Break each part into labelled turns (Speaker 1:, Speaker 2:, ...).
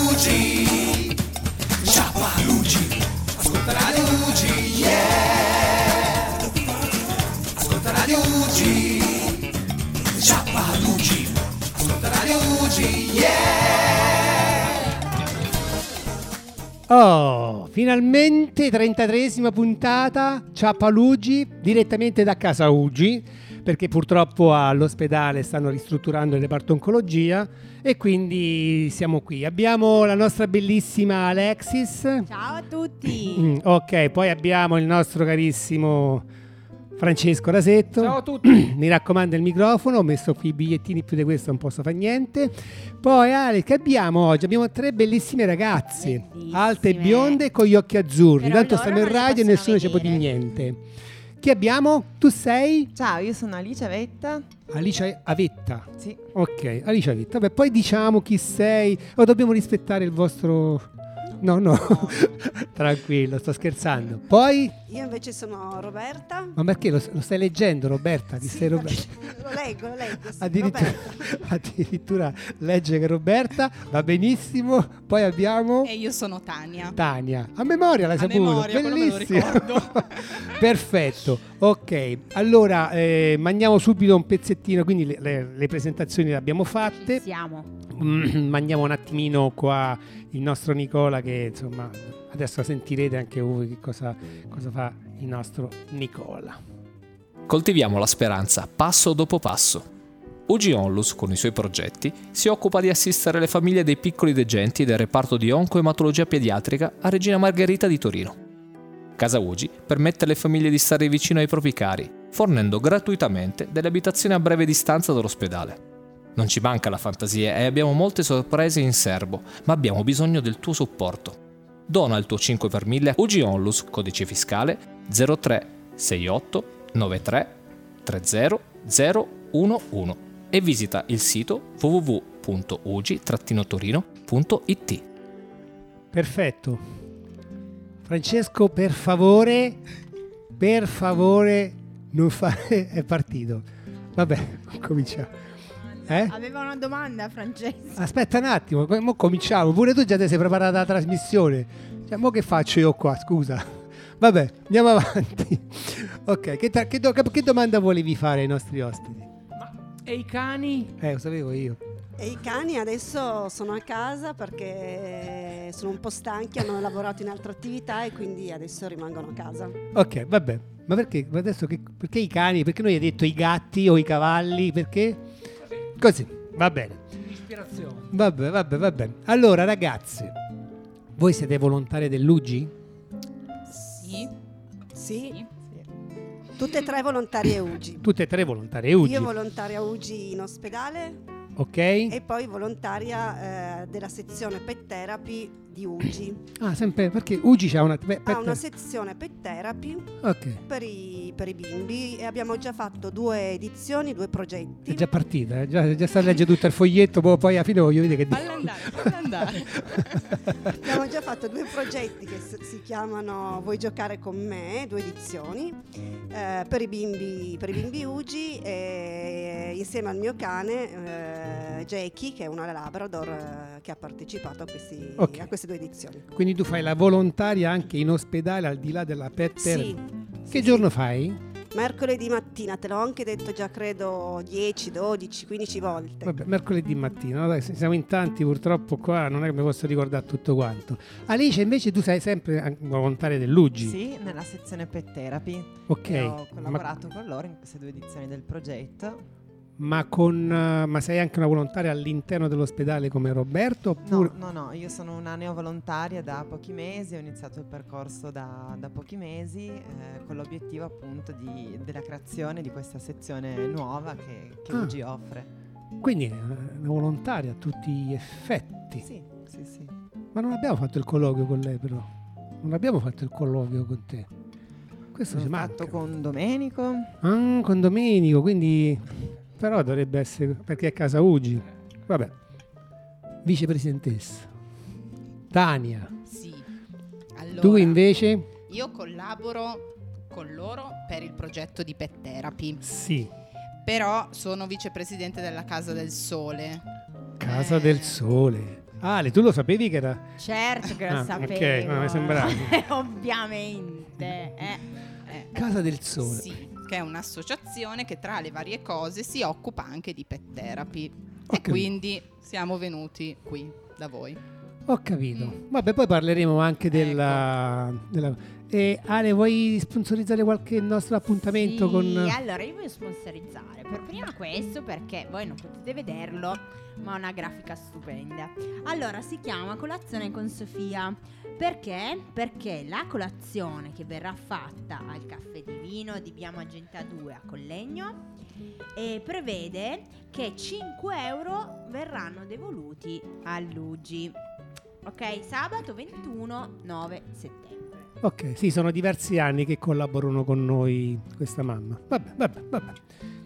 Speaker 1: Luci, Ciapa Luci, ascolta Radio Luci, yeah! Ascolta Radio Luci, Ciapa Luci, ascolta Radio Luci, yeah!
Speaker 2: Oh, finalmente 33esima puntata, Ciappalugi, direttamente da casa Ugi, perché purtroppo all'ospedale stanno ristrutturando il reparto oncologia e quindi siamo qui. Abbiamo la nostra bellissima Alexis.
Speaker 3: Ciao a tutti!
Speaker 2: Mm, Ok, poi abbiamo il nostro carissimo Francesco Rasetto.
Speaker 4: Ciao a tutti.
Speaker 2: Mi raccomando il microfono, ho messo qui i bigliettini più di questo, non posso fare niente. Poi Ale, che abbiamo oggi? Abbiamo tre bellissime ragazze,
Speaker 3: Bellissime.
Speaker 2: alte e bionde con gli occhi azzurri.
Speaker 3: Però
Speaker 2: Tanto
Speaker 3: loro
Speaker 2: stanno in
Speaker 3: non le
Speaker 2: radio e
Speaker 3: possono
Speaker 2: nessuno ci può dire
Speaker 3: vedere.
Speaker 2: niente. Chi abbiamo? Tu sei?
Speaker 5: Ciao, io sono Alice Vetta.
Speaker 2: Alice Avetta.
Speaker 5: Sì,
Speaker 2: Ok, Alice Avetta. Vabbè, poi diciamo chi sei. O dobbiamo rispettare il vostro... No, no, tranquillo, sto scherzando. Poi...
Speaker 6: Io invece sono Roberta.
Speaker 2: Ma perché lo, lo stai leggendo, Roberta? Ti
Speaker 6: Sì,
Speaker 2: stai Roberta?
Speaker 6: Lo leggo, lo leggo. sì,
Speaker 2: Addirittura,
Speaker 6: Roberta.
Speaker 2: addirittura legge che Roberta va benissimo. Poi abbiamo
Speaker 7: E io sono Tania.
Speaker 2: Tania. A memoria l'hai
Speaker 7: A
Speaker 2: saputo.
Speaker 7: memoria, quello me lo
Speaker 2: Bellissimo.
Speaker 7: ricordo.
Speaker 2: Perfetto. Ok, allora eh, mandiamo subito un pezzettino. Quindi le, le- le presentazioni le abbiamo fatte. Mm,
Speaker 3: Ci siamo.
Speaker 2: mandiamo un attimino qua il nostro Nicola che insomma adesso sentirete anche voi che cosa, cosa fa il nostro Nicola.
Speaker 4: Coltiviamo la speranza passo dopo passo. UG Onlus, con i suoi progetti, si occupa di assistere le famiglie dei piccoli degenti del reparto di oncoematologia pediatrica a Regina Margherita di Torino. Casa UGI permette alle famiglie di stare vicino ai propri cari, fornendo gratuitamente delle abitazioni a breve distanza dall'ospedale. Non ci manca la fantasia e abbiamo molte sorprese in serbo, ma abbiamo bisogno del tuo supporto. Dona il tuo 5 per 1000 UG Onlus, codice fiscale 03 68 93 30 011 e visita il sito www.ugi-torino.it.
Speaker 2: Perfetto. Francesco, per favore, per favore, non fare... È partito. Vabbè, cominciamo. Eh?
Speaker 3: Aveva una domanda, Francesco.
Speaker 2: Aspetta un attimo, co- mo cominciamo. Pure tu già ti sei preparata la trasmissione. Cioè, mo che faccio io qua, scusa. Vabbè, andiamo avanti. Ok, che, tra- che do- che domanda volevi fare ai nostri ospiti?
Speaker 4: E i cani?
Speaker 2: Eh, lo sapevo io.
Speaker 6: E i cani adesso sono a casa perché sono un po' stanchi, hanno lavorato in altre attività e quindi adesso rimangono a casa.
Speaker 2: Ok, vabbè. Ma perché? Ma adesso che- perché i cani? Perché noi hai detto i gatti o i cavalli? Perché? Così, va bene.
Speaker 4: Ispirazione.
Speaker 2: Vabbè, vabbè, vabbè. Allora, ragazzi, voi siete volontari dell'UGI?
Speaker 7: Sì.
Speaker 6: Sì, tutte e tre volontarie UGI.
Speaker 2: Tutte e tre volontarie UGI,
Speaker 6: Io volontaria UGI in ospedale
Speaker 2: ok?
Speaker 6: e poi volontaria eh, della sezione pet therapy di UGI.
Speaker 2: Ah, sempre perché UGI c'ha una... beh,
Speaker 6: Ha Ah, una
Speaker 2: aspetta.
Speaker 6: sezione pet therapy
Speaker 2: Ok,
Speaker 6: per i, per i bimbi e abbiamo già fatto due edizioni, due progetti.
Speaker 2: è già partita, eh, già, già sta a leggere tutto il foglietto, poi, poi alla fine voglio vedere che...
Speaker 7: Falla andare, falla andare.
Speaker 6: Abbiamo già fatto due progetti che s- si chiamano Vuoi giocare con me, due edizioni, eh, per, i bimbi, per i bimbi Ugi e insieme al mio cane eh, Jackie che è una Labrador eh, che ha partecipato a, questi-
Speaker 2: Ok.
Speaker 6: a queste due edizioni.
Speaker 2: Quindi tu fai la volontaria anche in ospedale al di là della pet therapy.
Speaker 6: Sì,
Speaker 2: Che giorno fai?
Speaker 6: mercoledì mattina, te l'ho anche detto già credo 10, 12, 15 volte.
Speaker 2: Vabbè, mercoledì
Speaker 5: mm.
Speaker 2: mattina, no? Dai, se siamo in tanti purtroppo qua, non è che mi posso ricordare tutto quanto. Alice invece tu sei sempre an- volontaria dell'UGI,
Speaker 5: sì, nella sezione pet therapy.
Speaker 2: ok?
Speaker 5: E Ho
Speaker 2: Ma-
Speaker 5: collaborato con loro in queste due edizioni del progetto.
Speaker 2: Ma, con, eh, ma sei anche una volontaria all'interno dell'ospedale come Roberto?
Speaker 5: No,
Speaker 2: Oppure...
Speaker 5: no, no, io sono una neovolontaria da pochi mesi, ho iniziato il percorso da, da pochi mesi eh, con l'obiettivo appunto di- della creazione di questa sezione nuova che, che
Speaker 2: Ah.
Speaker 5: UG offre.
Speaker 2: Quindi è una volontaria a tutti gli effetti.
Speaker 5: Sì, sì, sì.
Speaker 2: Ma non abbiamo fatto il colloquio con lei però. Non abbiamo fatto il colloquio con te. Questo ci
Speaker 5: L'ho
Speaker 2: manca.
Speaker 5: fatto con Domenico.
Speaker 2: Ah, con Domenico, quindi... Però dovrebbe essere... perché è casa Ugi. Vabbè. Vicepresidentessa. Tania,
Speaker 7: Sì. Allora,
Speaker 2: tu invece?
Speaker 7: io collaboro con loro per il progetto di Pet Therapy,
Speaker 2: Sì.
Speaker 7: però sono vicepresidente della Casa del Sole.
Speaker 2: Casa
Speaker 7: Eh.
Speaker 2: del Sole. Ale, tu lo sapevi che era...
Speaker 3: Certo che lo
Speaker 2: Ah,
Speaker 3: sapevo.
Speaker 2: ok, ma mi sembrava.
Speaker 3: Ovviamente. eh, eh.
Speaker 2: Casa del Sole.
Speaker 7: Sì, che è un'associazione che tra le varie cose si occupa anche di pet therapy.
Speaker 2: Ho
Speaker 7: E
Speaker 2: capito.
Speaker 7: quindi siamo venuti qui da voi.
Speaker 2: Ho capito.
Speaker 7: Mm.
Speaker 2: Vabbè, poi parleremo anche della...
Speaker 7: Ecco.
Speaker 2: della- Eh, Ale, vuoi sponsorizzare qualche nostro appuntamento
Speaker 8: Sì,
Speaker 2: con...
Speaker 8: allora io voglio sponsorizzare per prima questo perché voi non potete vederlo ma ha una grafica stupenda allora si chiama colazione con Sofia perché? Perché la colazione che verrà fatta al caffè di vino di Via Magenta 2 a Collegno eh, prevede che 5 euro verranno devoluti a Luigi ok sabato 21 9 settembre
Speaker 2: Ok, sì, sono diversi anni che collaborano con noi questa mamma. Vabbè, vabbè, vabbè.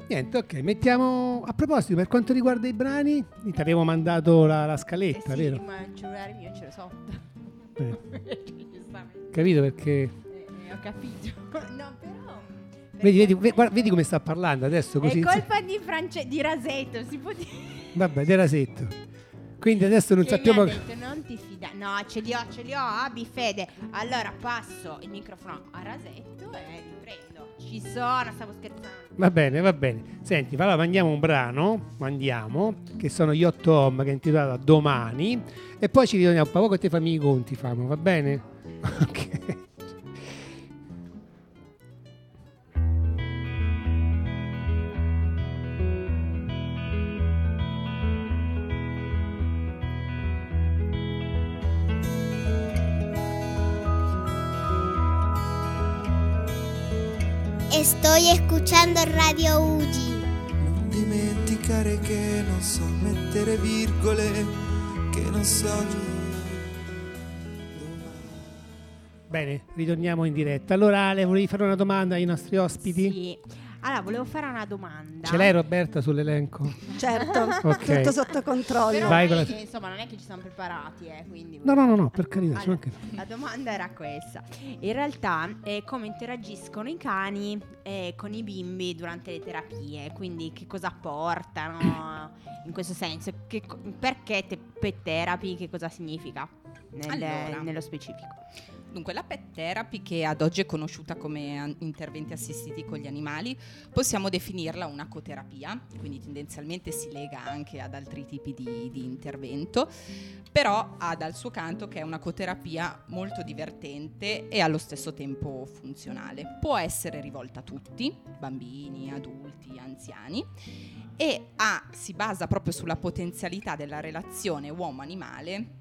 Speaker 2: Niente, ok, mettiamo... A proposito, per quanto riguarda i brani, ti avevo mandato la, la
Speaker 8: eh
Speaker 2: scaletta,
Speaker 8: sì,
Speaker 2: vero?
Speaker 8: ma il cellulare mio ce l'ho sotto
Speaker 2: Eh,
Speaker 8: Giustamente.
Speaker 2: capito perché...
Speaker 8: Eh, eh, ho capito. No, però. mm,
Speaker 2: Vedi, vedi, ve- guarda, vedi come sta parlando adesso così.
Speaker 8: È colpa di, France- di Rasetto, si può dire.
Speaker 2: Vabbè, di rasetto. Quindi adesso non
Speaker 8: Che
Speaker 2: sappiamo.
Speaker 8: mi ha detto, non ti fidare. No, ce li ho, ce li ho, abbi fede. Allora passo il microfono a Rasetto e li prendo. Ci sono, stavo scherzando.
Speaker 2: Va bene, va bene. Senti, allora mandiamo un brano, mandiamo, che sono gli otto home che è intitolata Domani. E poi ci ritorniamo a poco e te fammi i conti, famo, va bene? Ok.
Speaker 9: Estoy escuchando Radio Uji.
Speaker 1: Non dimenticare che non so mettere virgole, che non so giurare.
Speaker 2: Bene, ritorniamo in diretta. Allora, Ale, volevi fare una domanda ai nostri ospiti?
Speaker 8: Sì. Allora, volevo fare una domanda.
Speaker 2: Ce l'hai Roberta sull'elenco?
Speaker 6: Certo,
Speaker 2: Ok.
Speaker 6: tutto sotto
Speaker 8: Però
Speaker 6: controllo.
Speaker 2: Vai con
Speaker 8: non è
Speaker 2: la-
Speaker 8: che, insomma, non è che ci siamo preparati, eh, quindi...
Speaker 2: No, no, no, no, per carità, ci
Speaker 8: Allora,
Speaker 2: manca-
Speaker 8: La domanda era questa. In realtà eh, come interagiscono i cani eh, con i bimbi durante le terapie? Quindi che cosa portano in questo senso? Che co- perché te- pet therapy? Che cosa significa nel-
Speaker 7: Allora.
Speaker 8: nello specifico?
Speaker 7: Dunque, la pet therapy, che ad oggi è conosciuta come an- interventi assistiti con gli animali, possiamo definirla una coterapia, quindi tendenzialmente si lega anche ad altri tipi di, di intervento, però ha dal suo canto che è una coterapia molto divertente e allo stesso tempo funzionale. Può essere rivolta a tutti, bambini, adulti, anziani, e ha- si basa proprio sulla potenzialità della relazione uomo-animale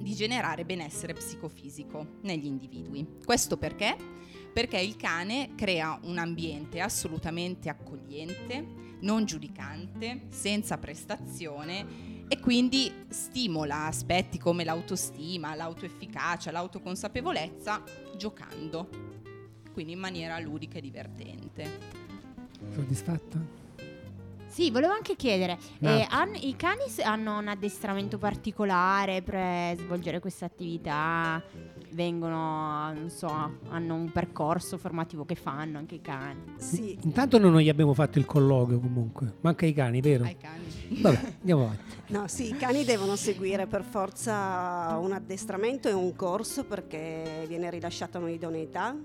Speaker 7: di generare benessere psicofisico negli individui. Questo perché? Perché il cane crea un ambiente assolutamente accogliente, non giudicante, senza prestazione e quindi stimola aspetti come l'autostima, l'autoefficacia, l'autoconsapevolezza giocando, quindi in maniera ludica e divertente.
Speaker 2: Soddisfatta?
Speaker 8: Sì, volevo anche chiedere,
Speaker 2: Un eh,
Speaker 8: i cani hanno un addestramento particolare per svolgere questa attività? Vengono, non so, hanno un percorso formativo che fanno anche i cani?
Speaker 6: Sì,
Speaker 2: Intanto noi non gli abbiamo fatto il colloquio comunque, manca i cani, vero?
Speaker 7: Ai cani.
Speaker 2: Vabbè, andiamo avanti.
Speaker 6: No, sì, i cani devono seguire per forza un addestramento e un corso perché viene rilasciata un'idoneità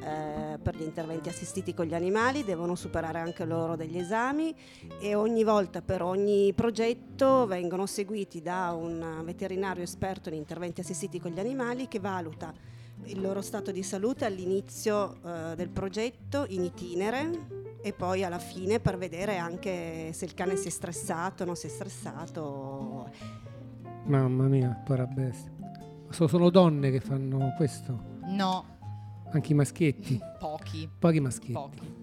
Speaker 6: eh, per gli interventi assistiti con gli animali, devono superare anche loro degli esami e ogni volta per ogni progetto vengono seguiti da un veterinario esperto in interventi assistiti con gli animali che valuta il loro stato di salute all'inizio eh, del progetto in itinere e poi alla fine per vedere anche se il cane si è stressato, non si è stressato.
Speaker 2: Mamma mia, povera bestia. Sono solo donne che fanno questo,
Speaker 7: No,
Speaker 2: anche i maschietti,
Speaker 7: pochi,
Speaker 2: pochi maschietti.
Speaker 7: pochi.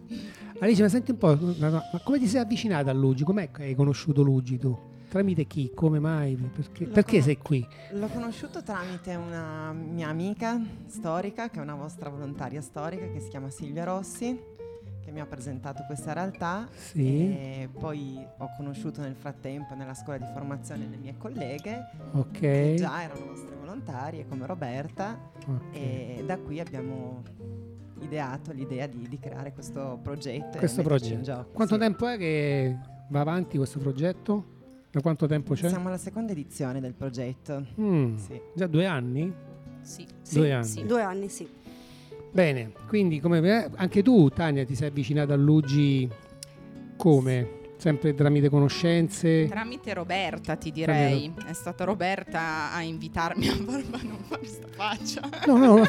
Speaker 2: Alice, ma senti un po', ma- ma ma come ti sei avvicinata a Luigi? Com'è che hai conosciuto Luigi tu? Tramite chi? Come mai? Perché,
Speaker 5: Lo
Speaker 2: perché
Speaker 5: conos-
Speaker 2: sei qui?
Speaker 5: L'ho conosciuto tramite una mia amica storica, che è una vostra volontaria storica, che si chiama Silvia Rossi, che mi ha presentato questa realtà.
Speaker 2: Sì.
Speaker 5: E poi ho conosciuto nel frattempo nella scuola di formazione le mie colleghe, che
Speaker 2: Ok.
Speaker 5: eh, già erano nostre volontarie, come Roberta,
Speaker 2: ok.
Speaker 5: e da qui abbiamo ideato l'idea di, di creare questo progetto. e
Speaker 2: Questo
Speaker 5: metterci in
Speaker 2: progetto.
Speaker 5: gioco,
Speaker 2: Quanto
Speaker 5: sì.
Speaker 2: tempo è che va avanti questo progetto? Da quanto tempo c'è?
Speaker 5: Siamo alla seconda edizione del progetto.
Speaker 2: Mm,
Speaker 5: Sì.
Speaker 2: Già due anni?
Speaker 7: Sì.
Speaker 2: Due anni.
Speaker 7: sì.
Speaker 6: Due anni sì.
Speaker 2: Bene, quindi come eh, anche tu Tania ti sei avvicinata all'UGI come? Sempre tramite conoscenze?
Speaker 7: Tramite Roberta ti direi, è stata Roberta a invitarmi a far- ma non fare sta faccia.
Speaker 2: No, no, no.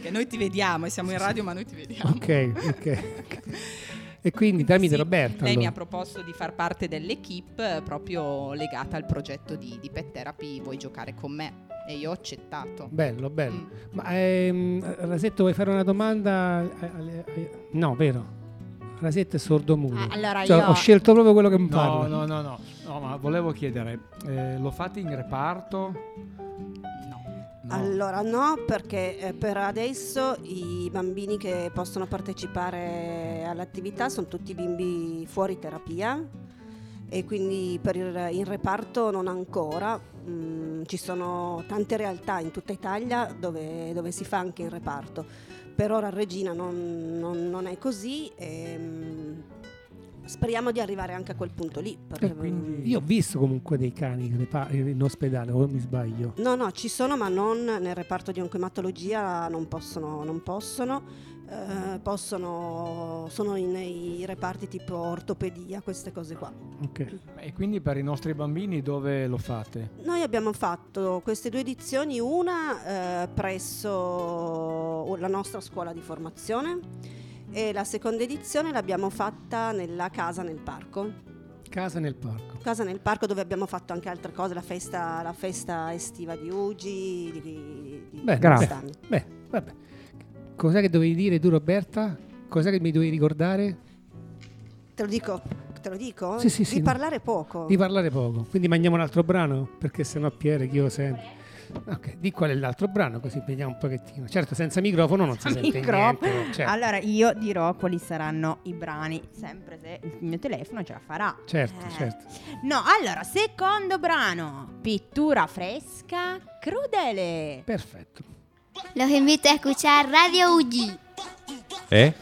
Speaker 7: che noi ti vediamo e siamo in radio ma noi ti vediamo.
Speaker 2: ok, ok. E quindi tramite
Speaker 7: Sì,
Speaker 2: Roberta.
Speaker 7: Lei mi ha
Speaker 2: allora.
Speaker 7: proposto di far parte dell'equipe eh, proprio legata al progetto di, di Pet Therapy, vuoi giocare con me? E io ho accettato.
Speaker 2: Bello, bello.
Speaker 7: Mm.
Speaker 2: Ma ehm, Rasetto vuoi fare una domanda? a- alle- ai- No, vero? Rasetto è sordomuto.
Speaker 8: Ah, allora
Speaker 2: Cioè,
Speaker 8: io
Speaker 2: Ho scelto proprio quello che mi
Speaker 10: No,
Speaker 2: parla.
Speaker 10: no, no, no, no, ma volevo chiedere, eh, lo fate in reparto?
Speaker 7: Mm, No.
Speaker 10: No.
Speaker 6: Allora no, perché eh, per adesso i bambini che possono partecipare all'attività sono tutti bimbi fuori terapia e quindi per il, il reparto non ancora. Mm, ci sono tante realtà in tutta Italia dove, dove si fa anche il reparto. Per ora a Regina non, non- non è così. E, mm, speriamo di arrivare anche a quel punto lì. mm, perché-
Speaker 2: Eh, quindi- Io ho visto comunque dei cani in repa- in ospedale, o mi sbaglio.
Speaker 6: No, no, ci sono, ma non nel reparto di oncoematologia non possono, non possono. Eh, possono sono in- nei reparti tipo ortopedia, queste cose qua.
Speaker 2: Ok.
Speaker 10: E quindi per i nostri bambini dove lo fate?
Speaker 6: Noi abbiamo fatto queste due edizioni, una eh, presso la nostra scuola di formazione e la seconda edizione l'abbiamo fatta nella casa nel parco.
Speaker 2: Casa nel parco.
Speaker 6: Casa nel parco dove abbiamo fatto anche altre cose, la festa, la festa estiva di Ugi, di, di, di
Speaker 2: Bene,
Speaker 6: quest'anno.
Speaker 2: Beh, vabbè. Cos'è che dovevi dire tu, Roberta? Cos'è che mi dovevi ricordare?
Speaker 6: Te lo dico, te lo dico?
Speaker 2: Sì, sì, sì.
Speaker 6: Di parlare poco.
Speaker 2: Di parlare poco. Quindi mandiamo un altro brano? Perché sennò Piere che io sento. Ok, di qual è l'altro brano così vediamo un pochettino. Certo, senza microfono non si sente
Speaker 8: Micro.
Speaker 2: niente. Certo,
Speaker 8: Allora io dirò quali saranno i brani, sempre se il mio telefono ce la farà.
Speaker 2: certo,
Speaker 8: Eh.
Speaker 2: certo.
Speaker 8: No, allora, secondo brano, pittura fresca, crudele.
Speaker 2: Perfetto.
Speaker 9: Los invito a escuchar Radio UG.
Speaker 4: Eh?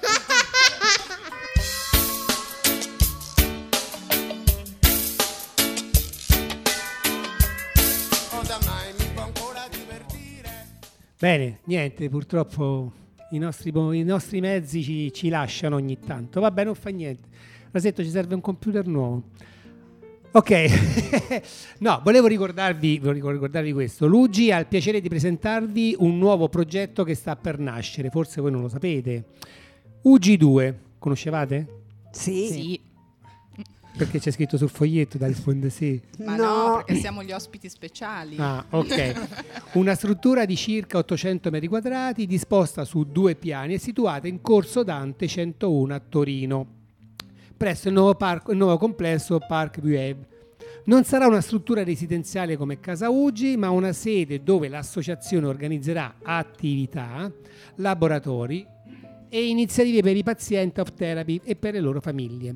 Speaker 2: Bene, niente, purtroppo i nostri, po- i nostri mezzi ci, ci lasciano ogni tanto. Vabbè, non fa niente. Rasetto, ci serve un computer nuovo. Ok, no, volevo ricordarvi, volevo ricordarvi questo. Luigi ha il piacere di presentarvi un nuovo progetto che sta per nascere, forse voi non lo sapete. UG2, conoscevate?
Speaker 6: Sì.
Speaker 7: Sì.
Speaker 2: Perché c'è scritto sul foglietto dal fondo sì.
Speaker 7: Ma no.
Speaker 6: No.
Speaker 7: perché siamo gli ospiti speciali.
Speaker 2: Ah, ok. Una struttura di circa 800 metri quadrati, disposta su due piani e situata in Corso Dante 101 a Torino, presso il nuovo, parco- il nuovo complesso Park Vueb. Non sarà una struttura residenziale come Casa Ugi, ma una sede dove l'associazione organizzerà attività, laboratori e iniziative per i pazienti of therapy e per le loro famiglie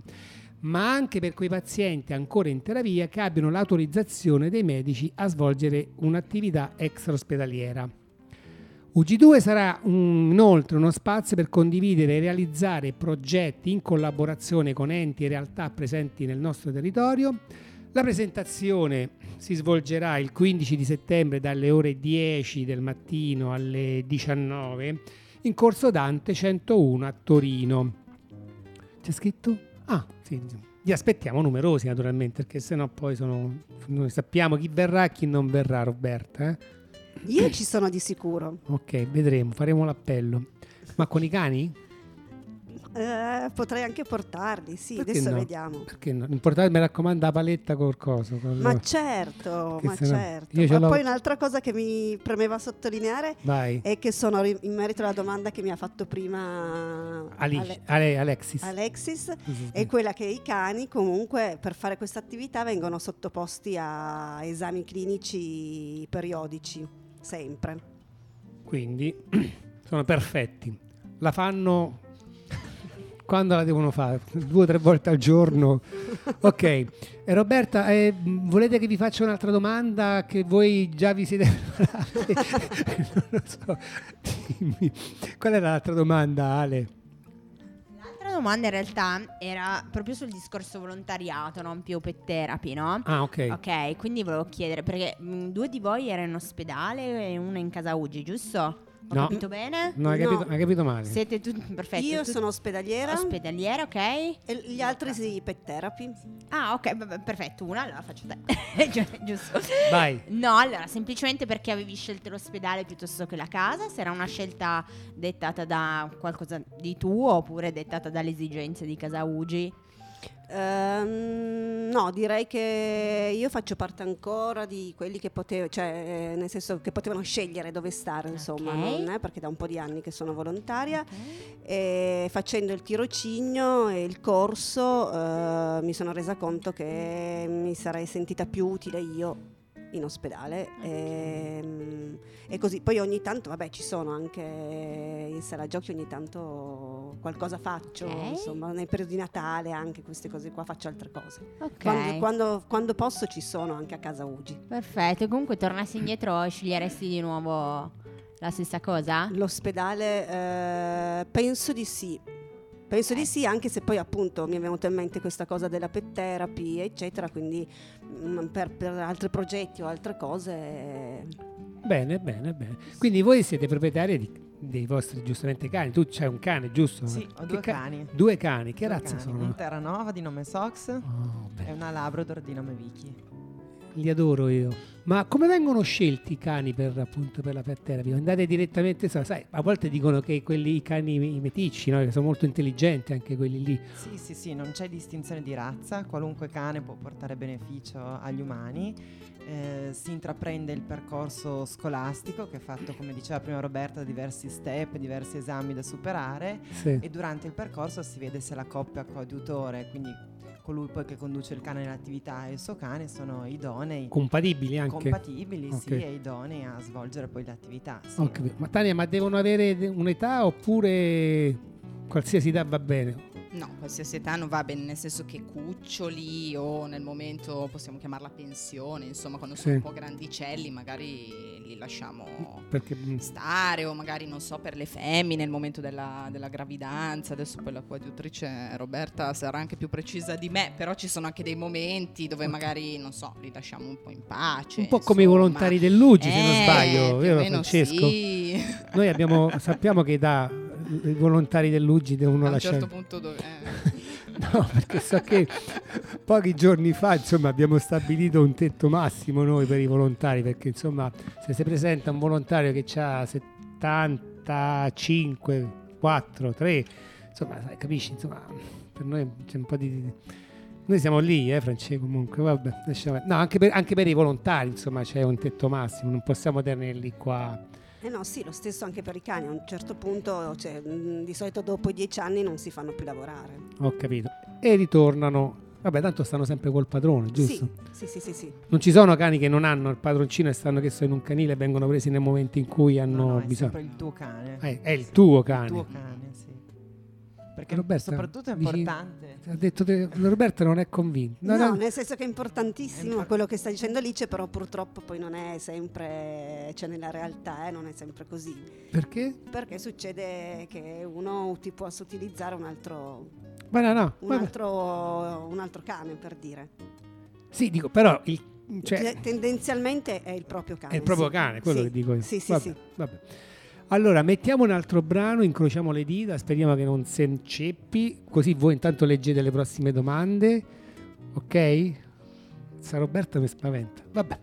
Speaker 2: ma anche per quei pazienti ancora in terapia che abbiano l'autorizzazione dei medici a svolgere un'attività extraospedaliera. UG2 sarà un- inoltre uno spazio per condividere e realizzare progetti in collaborazione con enti e realtà presenti nel nostro territorio. La presentazione si svolgerà il 15 di settembre dalle ore 10 del mattino alle 19 in Corso Dante 101 a Torino. C'è scritto? Ah, sì. Vi aspettiamo numerosi naturalmente, perché sennò poi sono... noi sappiamo chi verrà e chi non verrà, Roberta. eh?
Speaker 6: Io ci sono di sicuro.
Speaker 2: Ok, vedremo, faremo l'appello. Ma con i cani?
Speaker 6: Eh, potrei anche portarli, sì,
Speaker 2: Perché
Speaker 6: adesso
Speaker 2: no?
Speaker 6: vediamo.
Speaker 2: Perché no? L'importante mi raccomando la paletta col coso. col-
Speaker 6: Ma certo,
Speaker 2: Che
Speaker 6: ma
Speaker 2: se no-
Speaker 6: certo.
Speaker 2: io ce
Speaker 6: Ma
Speaker 2: l'ho-
Speaker 6: poi un'altra cosa che mi premeva sottolineare
Speaker 2: Vai,
Speaker 6: è che sono ri- in merito alla domanda che mi ha fatto prima
Speaker 2: Ali-
Speaker 6: Ale-
Speaker 2: Ale- Alexis.
Speaker 6: Alexis,
Speaker 2: Sì, sì,
Speaker 6: è
Speaker 2: sì.
Speaker 6: quella che i cani comunque per fare questa attività vengono sottoposti a esami clinici periodici, sempre.
Speaker 2: Quindi sono perfetti. La fanno quando la devono fare? Due o tre volte al giorno. Ok, Eh, Roberta, eh, mh, volete che vi faccia un'altra domanda che voi già vi siete preparati? non lo so, dimmi. Qual era l'altra domanda, Ale?
Speaker 8: L'altra mia domanda in realtà era proprio sul discorso volontariato, non più pet therapy, no?
Speaker 2: Ah, ok.
Speaker 8: Ok, quindi volevo chiedere perché mh, due di voi erano in ospedale e una in casa Uggi, giusto? Ho
Speaker 2: No. Mm.
Speaker 8: capito bene?
Speaker 2: No, hai capito, hai capito male.
Speaker 8: Siete tutti perfetti.
Speaker 6: Io
Speaker 8: tutti-
Speaker 6: sono ospedaliera
Speaker 8: ospedaliera, ok?
Speaker 6: e gli altri sì, pet therapy.
Speaker 8: Ah, ok, vabbè, perfetto, una allora faccio te. Gi- Giusto.
Speaker 2: Vai.
Speaker 8: No, allora, semplicemente perché avevi scelto l'ospedale piuttosto che la casa? Se era una scelta dettata da qualcosa di tuo oppure dettata dalle esigenze di casa Ugi?
Speaker 6: Ehm, no, direi che io faccio parte ancora di quelli che potevano, cioè, eh, nel senso che potevano scegliere dove stare, insomma,
Speaker 8: Ok.
Speaker 6: non è perché da un po' di anni che sono volontaria. E facendo il tirocinio e il corso eh, mi sono resa conto che mi sarei sentita più utile io in ospedale ehm, e, così poi ogni tanto vabbè ci sono anche in sala giochi ogni tanto qualcosa faccio
Speaker 8: Ok.
Speaker 6: insomma nel periodo di Natale anche queste cose qua faccio altre cose
Speaker 8: Ok.
Speaker 6: quando, quando- quando posso ci sono anche a casa Ugi
Speaker 8: Perfetto, comunque tornassi indietro sceglieresti di nuovo la stessa cosa?
Speaker 6: L'ospedale eh, penso di sì. Penso
Speaker 2: Eh.
Speaker 6: di sì, anche se poi appunto mi è venuta in mente questa cosa della pet therapy, eccetera, quindi mm, per, per altri progetti o altre cose. eh,
Speaker 2: Bene, bene, bene. Quindi voi siete proprietari di- dei vostri giustamente cani. Tu c'hai un cane, giusto?
Speaker 5: Sì, ho
Speaker 2: Che
Speaker 5: due
Speaker 2: ca-
Speaker 5: cani.
Speaker 2: Due cani, che
Speaker 5: Due
Speaker 2: razza
Speaker 5: cani, Un
Speaker 2: sono?
Speaker 5: Terranova di nome Sox
Speaker 7: Ah,
Speaker 2: Oh,
Speaker 5: e
Speaker 2: beh,
Speaker 5: una Labrador di nome Vicky.
Speaker 2: li adoro io. Ma come vengono scelti i cani per appunto per la pet therapy? Andate direttamente, sai, sai, a volte dicono che quelli i cani i meticci, no? che sono molto intelligenti anche quelli lì.
Speaker 5: Sì, sì, sì, non c'è distinzione di razza, qualunque cane può portare beneficio agli umani. Eh, si intraprende il percorso scolastico che è fatto, come diceva prima Roberta, da diversi step, diversi esami da superare
Speaker 2: Sì.
Speaker 5: e durante il percorso si vede se la coppia coadiutore, quindi colui poi che conduce il cane nell'attività e il suo cane sono idonei,
Speaker 2: Compatibili anche.
Speaker 5: compatibili sì,
Speaker 2: Ok.
Speaker 5: e idonei a svolgere poi l'attività. Sì.
Speaker 2: Ho capito. Ma Tania, ma devono avere de- un'età oppure qualsiasi età va bene?
Speaker 7: No, qualsiasi età non va bene, nel senso che cuccioli o nel momento possiamo chiamarla pensione, insomma, quando sono
Speaker 2: Sì.
Speaker 7: un po' grandicelli magari li lasciamo
Speaker 2: Perché mm,
Speaker 7: stare o magari non so per le femmine il momento della, della gravidanza adesso poi la coadiutrice Roberta sarà anche più precisa di me però ci sono anche dei momenti dove magari non so li lasciamo un po' in pace
Speaker 2: un po' come i
Speaker 7: insomma.
Speaker 2: volontari dell'UGI, se non
Speaker 7: Eh,
Speaker 2: sbaglio,
Speaker 7: più o
Speaker 2: vero
Speaker 7: meno
Speaker 2: Francesco?
Speaker 7: sì.
Speaker 2: Noi abbiamo, sappiamo che da i volontari dell'UGI devono
Speaker 7: a un
Speaker 2: lasciare.
Speaker 7: certo punto dove eh.
Speaker 2: No, perché so che pochi giorni fa insomma, abbiamo stabilito un tetto massimo noi per i volontari, perché insomma se si presenta un volontario che ha 75, 4, 3, insomma sai, capisci, insomma per noi c'è un po' di... Noi siamo lì, eh Francesco, comunque, vabbè, lasciamo- No, anche per, anche per i volontari, insomma, c'è un tetto massimo, non possiamo tenerli qua.
Speaker 6: Eh no, sì, lo stesso anche per i cani, a un certo punto, cioè, mm, di solito dopo i dieci anni non si fanno più lavorare.
Speaker 2: Ho capito. E ritornano. Vabbè, tanto stanno sempre col padrone, giusto?
Speaker 6: Sì, sì, sì, sì, sì.
Speaker 2: Non ci sono cani che non hanno il padroncino e stanno che sono in un canile e vengono presi nel momento in cui hanno
Speaker 5: No, no, è
Speaker 2: bisogno.
Speaker 5: sempre il tuo cane.
Speaker 2: Eh, è il tuo cane.
Speaker 5: Il tuo cane, sì. Perché
Speaker 2: Roberta,
Speaker 5: soprattutto è
Speaker 2: dici-
Speaker 5: importante.
Speaker 2: Ha detto te- Roberta non è convinto. No,
Speaker 6: no,
Speaker 2: no.
Speaker 6: nel senso che è
Speaker 5: È
Speaker 6: importantissimo
Speaker 5: impor-
Speaker 6: quello che sta dicendo Alice, però purtroppo poi non è sempre, cioè nella realtà eh, non è sempre così.
Speaker 2: Perché?
Speaker 6: Perché succede che uno ti può utilizzare un altro,
Speaker 2: Ma no, no.
Speaker 6: un
Speaker 2: vabbè.
Speaker 6: altro, un altro cane, per dire.
Speaker 2: Sì, dico, però il, cioè,
Speaker 6: Te- Tendenzialmente è il proprio cane.
Speaker 2: è il proprio
Speaker 6: sì.
Speaker 2: cane, quello
Speaker 6: Sì,
Speaker 2: che dico io.
Speaker 6: Sì, sì,
Speaker 2: Vabbè,
Speaker 6: sì.
Speaker 2: vabbè. Allora, mettiamo un altro brano, incrociamo le dita, speriamo che non si inceppi, così voi intanto leggete le prossime domande, ok? Sa Roberta mi spaventa. Vabbè,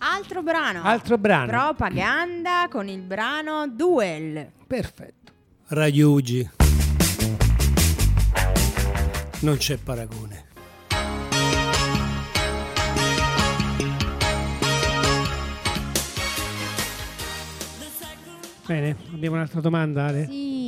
Speaker 8: Altro brano.
Speaker 2: altro brano.
Speaker 8: Propaganda con il brano Duel.
Speaker 2: Perfetto.
Speaker 11: Radio Ugi. Non c'è paragone.
Speaker 2: Bene, abbiamo un'altra domanda, Ale?
Speaker 8: Sì.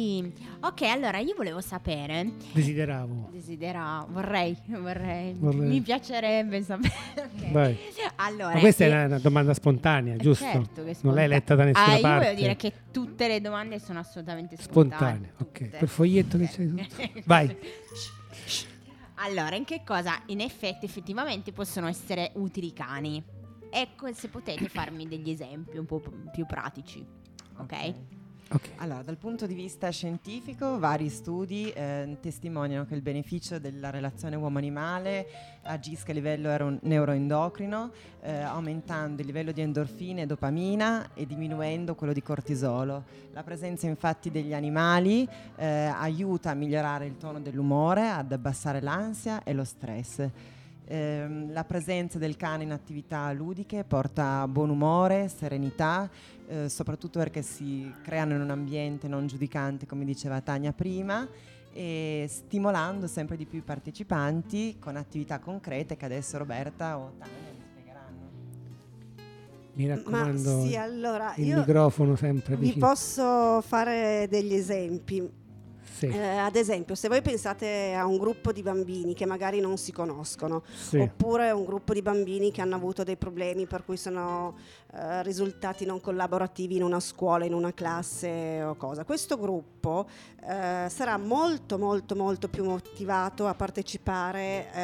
Speaker 8: Ok, allora io volevo sapere
Speaker 2: Desideravo.
Speaker 8: Desidera, vorrei, vorrei,
Speaker 2: Vorrei.
Speaker 8: mi piacerebbe sapere. Ok.
Speaker 2: Vai.
Speaker 8: Allora,
Speaker 2: Ma questa è
Speaker 8: eh,
Speaker 2: una, una domanda spontanea,
Speaker 8: eh,
Speaker 2: giusto?
Speaker 8: certo che
Speaker 2: Non l'hai
Speaker 8: spontanea.
Speaker 2: letta da nessuna
Speaker 8: ah, io
Speaker 2: parte.
Speaker 8: voglio dire che tutte le domande sono assolutamente spontanee.
Speaker 2: Spontanea, ok.
Speaker 8: tutte.
Speaker 2: Quel foglietto che c'è
Speaker 8: Ok.
Speaker 2: sotto. Vai.
Speaker 8: Allora, in che cosa in effetti effettivamente possono essere utili i cani? Ecco, se potete farmi degli esempi un po' p- più pratici. Ok?
Speaker 5: Ok. Allora, dal punto di vista scientifico, vari studi eh, testimoniano che il beneficio della relazione uomo-animale agisca a livello ero- neuroendocrino, eh, aumentando il livello di endorfine e dopamina e diminuendo quello di cortisolo. La presenza infatti degli animali eh, aiuta a migliorare il tono dell'umore, ad abbassare l'ansia e lo stress. Ehm, la presenza del cane in attività ludiche porta a buon umore, serenità, eh, soprattutto perché si creano in un ambiente non giudicante, come diceva Tania prima, e stimolando sempre di più i partecipanti con attività concrete che adesso Roberta o Tania vi spiegheranno.
Speaker 2: Mi raccomando,
Speaker 6: sì, allora,
Speaker 2: il
Speaker 6: io
Speaker 2: microfono sempre
Speaker 6: Vi
Speaker 2: vicino.
Speaker 6: posso fare degli esempi.
Speaker 2: Sì.
Speaker 6: Eh, ad esempio, se voi pensate a un gruppo di bambini che magari non si conoscono,
Speaker 2: Sì.
Speaker 6: oppure un gruppo di bambini che hanno avuto dei problemi per cui sono eh, risultati non collaborativi in una scuola, in una classe o cosa, questo gruppo eh, sarà molto molto molto più motivato a partecipare eh,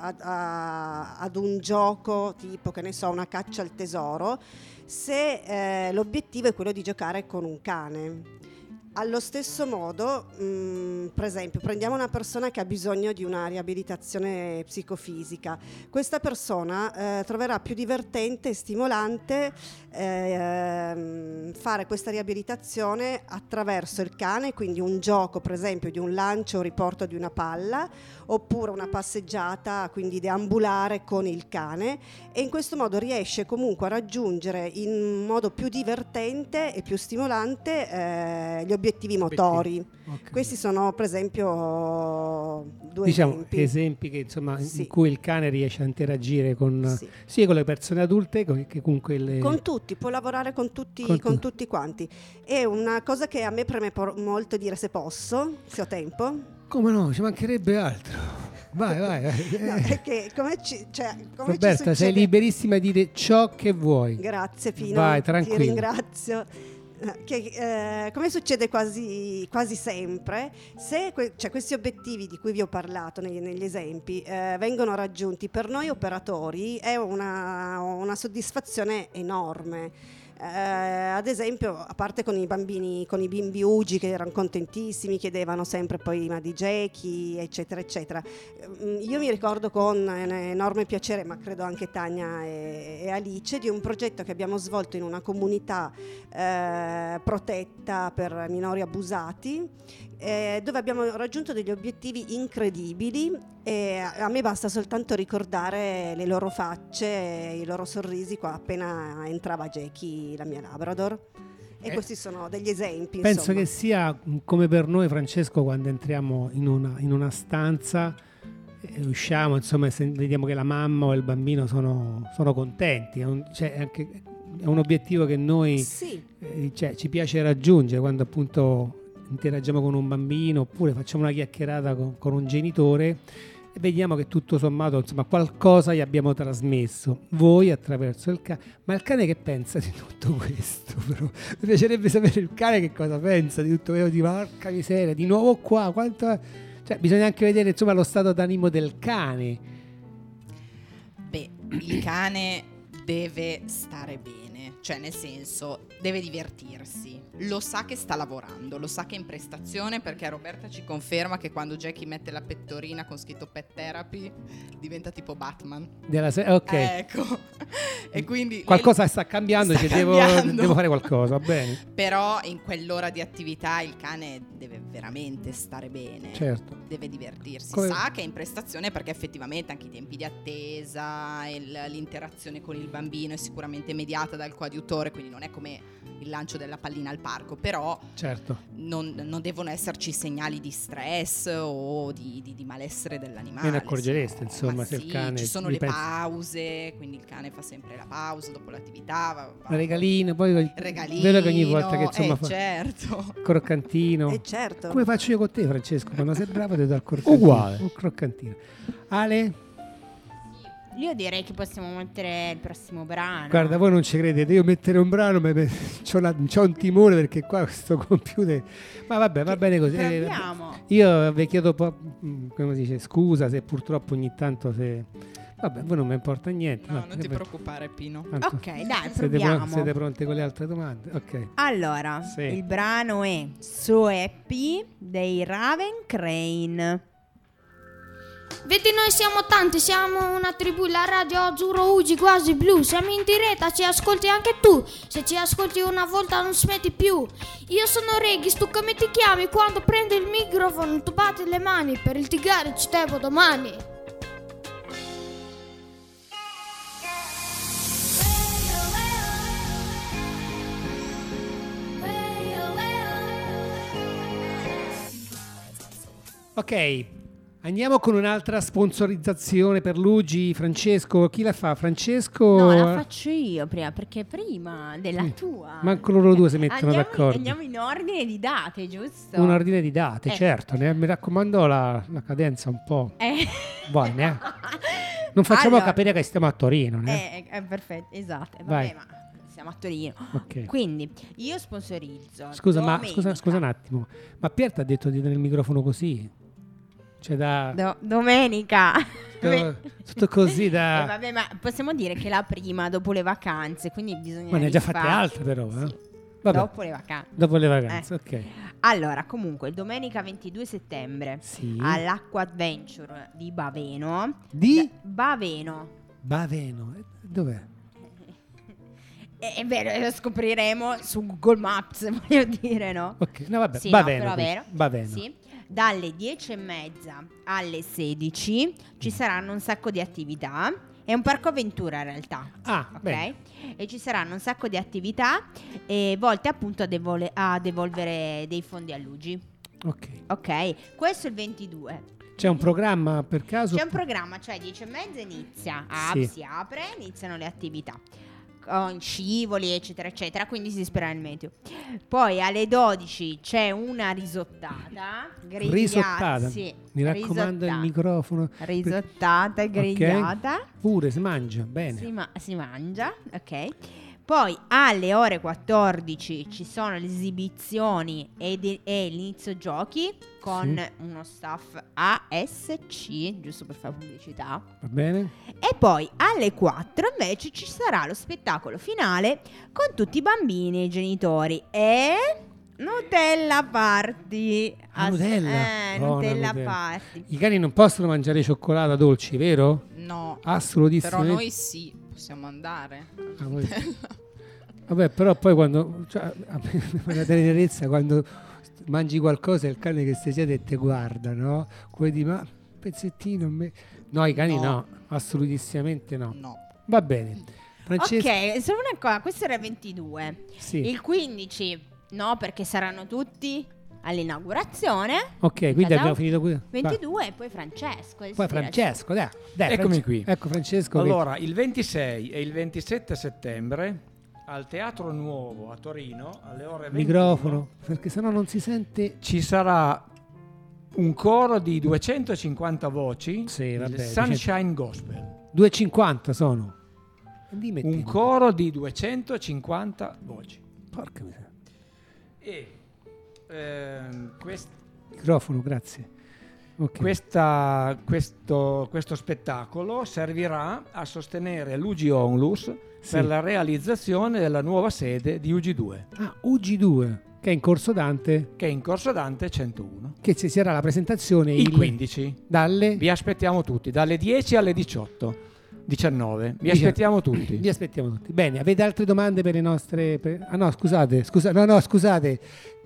Speaker 6: ad, a- ad un gioco tipo, che ne so, una caccia al tesoro, se eh, l'obiettivo è quello di giocare con un cane. Allo stesso modo, mh, per esempio, prendiamo una persona che ha bisogno di una riabilitazione psicofisica. Questa persona eh, troverà più divertente e stimolante eh, ehm, fare questa riabilitazione attraverso il cane, quindi un gioco, per esempio, di un lancio o riporto di una palla, oppure una passeggiata, quindi deambulare con il cane e in questo modo riesce comunque a raggiungere in modo più divertente e più stimolante eh, gli obiettivi motori. Questi sono per esempio due
Speaker 2: diciamo
Speaker 6: esempi.
Speaker 2: esempi che, insomma, in-
Speaker 6: Sì.
Speaker 2: in cui il cane riesce a interagire con, sia con le persone adulte con- che con quelle...
Speaker 6: Con tutti, può lavorare con tutti,
Speaker 2: Con
Speaker 6: con,
Speaker 2: tu-
Speaker 6: tutti quanti. E una cosa che a me preme por- molto dire se posso, se ho tempo,
Speaker 2: Come no, ci mancherebbe altro. Vai, vai. vai.
Speaker 6: no,
Speaker 2: Eh,
Speaker 6: è che come ci, cioè, come ci
Speaker 2: Roberta, sei
Speaker 6: succede-
Speaker 2: liberissima di dire ciò che vuoi.
Speaker 6: Grazie Pino,
Speaker 2: Vai,
Speaker 6: ti
Speaker 2: tranquillo.
Speaker 6: ringrazio. Che, eh, come succede quasi, quasi sempre, se que- cioè, questi obiettivi di cui vi ho parlato negli, negli esempi eh, vengono raggiunti per noi operatori è una, una soddisfazione enorme. Eh, ad esempio, a parte con i bambini, con i bimbi Ugi che erano contentissimi, chiedevano sempre poi ma di Jackie, eccetera, eccetera. Mm, Io mi ricordo con en- enorme piacere, ma credo anche Tania e, e Alice, di un progetto che abbiamo svolto in una comunità eh, protetta per minori abusati, eh, dove abbiamo raggiunto degli obiettivi incredibili e a a me basta soltanto ricordare le loro facce, e i loro sorrisi qua appena entrava Jackie, la mia Labrador. E
Speaker 2: Eh,
Speaker 6: questi sono degli esempi.
Speaker 2: Penso
Speaker 6: insomma.
Speaker 2: che sia mh, come per noi, Francesco, quando entriamo in una, in una stanza e usciamo, insomma, e sen- vediamo che la mamma o il bambino sono, sono contenti. È un, cioè, è anche- è un obiettivo che noi
Speaker 6: Sì.
Speaker 2: eh, cioè, ci piace raggiungere quando appunto interagiamo con un bambino oppure facciamo una chiacchierata con, con un genitore e vediamo che tutto sommato insomma qualcosa gli abbiamo trasmesso voi attraverso il cane ma il cane che pensa di tutto questo però mi piacerebbe sapere il cane che cosa pensa di tutto questo di porca miseria di nuovo qua quanto è-" cioè bisogna anche vedere insomma lo stato d'animo del cane
Speaker 7: Beh, il cane deve stare bene, cioè nel senso deve divertirsi. Lo sa che sta lavorando, lo sa che è in prestazione perché Roberta ci conferma che quando Jackie mette la pettorina con scritto pet therapy diventa tipo Batman.
Speaker 2: della se- ok
Speaker 7: Eh, Ecco. e quindi
Speaker 2: qualcosa sta cambiando,
Speaker 7: Sta
Speaker 2: cioè devo-
Speaker 7: cambiando.
Speaker 2: Devo, fare qualcosa va bene
Speaker 7: Però in quell'ora di attività il cane deve veramente stare bene.
Speaker 2: Certo.
Speaker 7: Deve divertirsi.
Speaker 2: Come-
Speaker 7: Sa che è in prestazione perché effettivamente anche i tempi di attesa, il- l'interazione con il bambino è sicuramente mediata dal coadiutore, quindi non è come il lancio della pallina al parco, però
Speaker 2: certo
Speaker 7: non, non devono esserci segnali di stress o di, di- di malessere dell'animale.
Speaker 2: Me ne accorgereste,
Speaker 7: no?
Speaker 2: insomma,
Speaker 7: Ma
Speaker 2: se il
Speaker 7: sì,
Speaker 2: cane
Speaker 7: Ci sono
Speaker 2: vi
Speaker 7: le
Speaker 2: pensa-
Speaker 7: pause, quindi il cane fa sempre la pausa dopo l'attività. va- va-
Speaker 2: regalino, poi
Speaker 7: Regalino,
Speaker 2: vedo che ogni volta che
Speaker 7: eh,
Speaker 2: insomma fa-
Speaker 7: certo.
Speaker 2: croccantino.
Speaker 6: Eh, certo.
Speaker 2: Come faccio io con te, Francesco? Quando sei bravo ti do il croccantino.
Speaker 11: Uguale.
Speaker 2: Un croccantino. Ale,
Speaker 8: Io direi che possiamo mettere il prossimo brano.
Speaker 2: guarda, voi non ci credete, io mettere un brano, ma c'ho, una- c'ho un timore perché qua questo computer... Ma vabbè, va bene così. Eh,
Speaker 8: proviamo.
Speaker 2: Io vi chiedo, po- mm, come si dice, scusa se purtroppo ogni tanto se... Vabbè, voi non mi importa niente.
Speaker 7: No,
Speaker 2: vabbè,
Speaker 7: non ti
Speaker 2: vabbè.
Speaker 7: preoccupare, Pino.
Speaker 2: Tanto-
Speaker 8: Ok, dai,
Speaker 2: siete,
Speaker 8: proviamo.
Speaker 2: siete pronti con le altre domande? Ok.
Speaker 8: Allora,
Speaker 2: Sì.
Speaker 8: il brano è So Happy dei Raven Crane.
Speaker 9: Vedi, noi siamo tanti, siamo una tribù, la radio azzurro ugi quasi blu. Siamo in diretta, ci ascolti anche tu. Se ci ascolti una volta non smetti più. Io sono Regis, tu come ti chiami? Quando prendi il microfono tu batti le mani. Per il tigare ci devo domani.
Speaker 2: Ok, andiamo con un'altra sponsorizzazione per Luigi, Francesco. Chi la fa? Francesco?
Speaker 8: No, la faccio io prima, perché prima della
Speaker 2: Oh, eh. Sì.
Speaker 8: tua.
Speaker 2: Manco loro due si mettono
Speaker 8: Andiamo-
Speaker 2: d'accordo.
Speaker 8: Andiamo in ordine di date, giusto?
Speaker 2: Un ordine di date,
Speaker 8: Eh.
Speaker 2: certo. ne- mi raccomando la, la cadenza un po'.
Speaker 8: Eh.
Speaker 2: Vai, ne? Non facciamo
Speaker 8: Allora,
Speaker 2: capire che stiamo a Torino, ne?
Speaker 8: Eh, eh, perfetto, esatto. eh,
Speaker 2: Vai.
Speaker 8: Vabbè, ma siamo a Torino.
Speaker 2: Ok.
Speaker 8: Quindi io sponsorizzo.
Speaker 2: Scusa, ma
Speaker 8: domenica-
Speaker 2: scusa, scusa un attimo. Ma Pier ti ha detto di tenere il microfono così? Cioè da...
Speaker 8: Do- domenica.
Speaker 2: tutto, tutto così
Speaker 8: Eh,
Speaker 2: da...
Speaker 8: vabbè, ma possiamo dire che la prima dopo le vacanze, quindi bisogna
Speaker 2: Ma ne ha già fatte
Speaker 8: rifare-
Speaker 2: altre però, eh? Vabbè.
Speaker 8: Dopo le vacanze.
Speaker 2: Dopo le vacanze,
Speaker 8: Eh.
Speaker 2: ok.
Speaker 8: Allora, comunque, domenica 22 settembre
Speaker 2: Sì.
Speaker 8: all'Acqua Adventure di Baveno.
Speaker 2: Di
Speaker 8: Baveno.
Speaker 2: Baveno. Eh, Dov'è?
Speaker 8: Eh, È vero, lo scopriremo su Google Maps, voglio dire, no?
Speaker 2: Ok, no vabbè,
Speaker 8: Sì, no,
Speaker 2: Baveno.
Speaker 8: però
Speaker 2: quindi.
Speaker 8: vero.
Speaker 2: Baveno.
Speaker 8: Sì. Dalle 10 e mezza alle 16 ci
Speaker 2: Mm.
Speaker 8: saranno un sacco di attività. È un parco avventura in realtà.
Speaker 2: Ah,
Speaker 8: Ok?
Speaker 2: bene.
Speaker 8: E ci saranno un sacco di attività eh, volte appunto a, devole- a devolvere dei fondi a Luigi.
Speaker 2: Ok.
Speaker 8: Ok? Questo è il 22.
Speaker 2: C'è un programma per caso?
Speaker 8: C'è un programma, cioè 10 e mezza inizia, ah,
Speaker 2: Sì.
Speaker 8: si apre, iniziano le attività con scivoli eccetera eccetera quindi si spera nel meteo poi alle 12 c'è una risottata grigliata
Speaker 2: Risottata.
Speaker 8: sì,
Speaker 2: Mi raccomando il
Speaker 8: risottata.
Speaker 2: microfono.
Speaker 8: risottata e
Speaker 2: Ok.
Speaker 8: grigliata
Speaker 2: Pure, si mangia, bene.
Speaker 8: si, ma- si mangia, ok. Poi alle ore 14 ci sono le esibizioni e, di- e l'inizio giochi con uno staff ASC, giusto per fare pubblicità.
Speaker 2: Va bene?
Speaker 8: E poi alle 4 invece ci sarà lo spettacolo finale con tutti i bambini e i genitori e Nutella Party.
Speaker 2: Ah,
Speaker 8: As-
Speaker 2: Nutella?
Speaker 8: eh,
Speaker 2: Buona
Speaker 8: Nutella
Speaker 2: Nutella.
Speaker 8: Party.
Speaker 2: I cani non possono mangiare cioccolata dolci, vero?
Speaker 7: No.
Speaker 2: Assolutissimo.
Speaker 7: Però noi sì, possiamo andare.
Speaker 2: Ah, voi- Vabbè, però poi quando... Cioè, la tenerezza, quando st- mangi qualcosa e il cane che si siede e te guarda, no? Quello di ma pezzettino... a Me... No, i cani no.
Speaker 7: No.
Speaker 2: assolutamente no.
Speaker 7: No.
Speaker 2: Va bene. Francesco,
Speaker 8: Ok, solo una cosa, questo era il 22.
Speaker 2: sì.
Speaker 8: Il 15 no, perché saranno tutti all'inaugurazione.
Speaker 2: ok, quindi
Speaker 8: Casau-
Speaker 2: abbiamo finito qui. Va.
Speaker 8: 22 e poi Francesco. adesso
Speaker 2: Poi
Speaker 8: direi.
Speaker 2: Francesco, dai. dai
Speaker 10: Eccomi
Speaker 2: Franci-
Speaker 10: qui.
Speaker 2: Ecco Francesco. che-
Speaker 10: Allora, il 26 e il 27 settembre al Teatro Nuovo a Torino alle ore 21
Speaker 2: microfono, perché sennò non si sente...
Speaker 10: ci sarà un coro di 250 voci,
Speaker 2: Sì,
Speaker 10: il
Speaker 2: vabbè,
Speaker 10: Sunshine Gospel.
Speaker 2: 2,50 sono. Dimmi
Speaker 10: Un
Speaker 2: te.
Speaker 10: coro di 250 voci.
Speaker 2: Porca miseria.
Speaker 10: E ehm, quest-
Speaker 2: Microfono, grazie. Ok.
Speaker 10: questa- questo, questo spettacolo servirà a sostenere l'UG Onlus
Speaker 2: Sì.
Speaker 10: per la realizzazione della nuova sede di UG2,
Speaker 2: Ah, UG2, che è in corso Dante,
Speaker 10: che è in corso Dante 101.
Speaker 2: che ci sarà la presentazione
Speaker 10: Il 15.
Speaker 2: Dalle...
Speaker 10: Vi aspettiamo tutti, dalle 10 alle 18, 19. Vi
Speaker 2: Dice-
Speaker 10: aspettiamo tutti.
Speaker 2: Vi aspettiamo tutti. Bene, avete altre domande per le nostre... per- Ah no, scusate, scusa, no, no, scusate.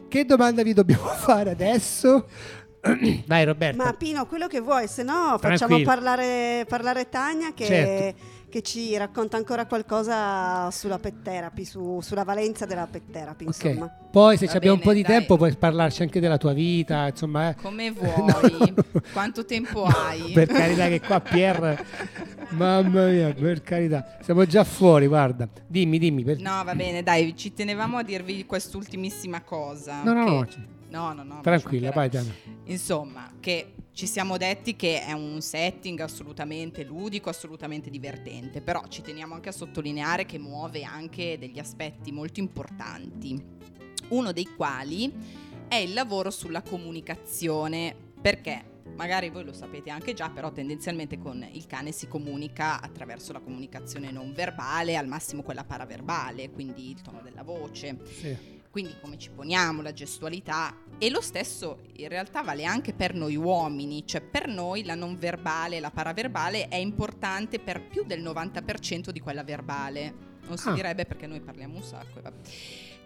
Speaker 2: Che domanda vi dobbiamo fare adesso? Dai Roberto.
Speaker 6: Ma Pino, quello che vuoi, se no
Speaker 2: Eh, Tranquillo.
Speaker 6: facciamo parlare, parlare Tania che,
Speaker 2: Certo.
Speaker 6: che ci racconta ancora qualcosa sulla pet therapy, su- sulla valenza della pet therapy, insomma.
Speaker 2: ok, poi se
Speaker 7: Va
Speaker 2: ci abbiamo un po'
Speaker 7: bene,
Speaker 2: di
Speaker 7: dai.
Speaker 2: tempo puoi parlarci anche della tua vita, insomma... eh.
Speaker 7: Come
Speaker 2: No,
Speaker 7: vuoi.
Speaker 2: no, no.
Speaker 7: Quanto tempo
Speaker 2: No,
Speaker 7: hai?
Speaker 2: Per carità che qua Pier... Mamma mia, per carità. Siamo già fuori, guarda. Dimmi, dimmi. per-
Speaker 7: No, va bene, dai, ci tenevamo a dirvi quest'ultimissima cosa.
Speaker 2: no, no,
Speaker 7: che-
Speaker 2: no, c-
Speaker 7: No, no, no,
Speaker 2: Tranquilla,
Speaker 7: mi
Speaker 2: vai
Speaker 7: mancherà.
Speaker 2: Tania.
Speaker 7: Insomma, che ci siamo detti che è un setting assolutamente ludico, assolutamente divertente, però ci teniamo anche a sottolineare che muove anche degli aspetti molto importanti, uno dei quali è il lavoro sulla comunicazione, perché magari voi lo sapete anche già, però tendenzialmente con il cane si comunica attraverso la comunicazione non verbale, al massimo quella paraverbale, quindi il tono della voce. Quindi come ci poniamo, la gestualità e lo stesso in realtà vale anche per noi uomini, cioè per noi la non verbale e la paraverbale è importante per più del 90% di quella verbale. Non si
Speaker 12: Ah.
Speaker 7: direbbe perché noi parliamo un sacco. e vabbè.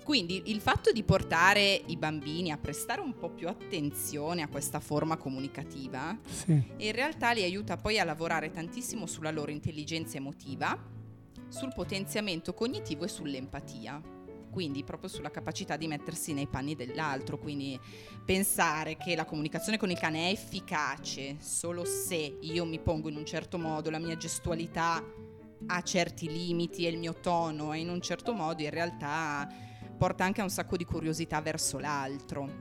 Speaker 7: Quindi il fatto di portare i bambini a prestare un po' più attenzione a questa forma comunicativa in realtà li aiuta poi a lavorare tantissimo sulla loro intelligenza emotiva, sul potenziamento cognitivo e sull'empatia. Quindi proprio sulla capacità di mettersi nei panni dell'altro, quindi pensare che la comunicazione con il cane è efficace solo se io mi pongo in un certo modo, la mia gestualità ha certi limiti e il mio tono è in un certo modo, in realtà porta anche a un sacco di curiosità verso l'altro.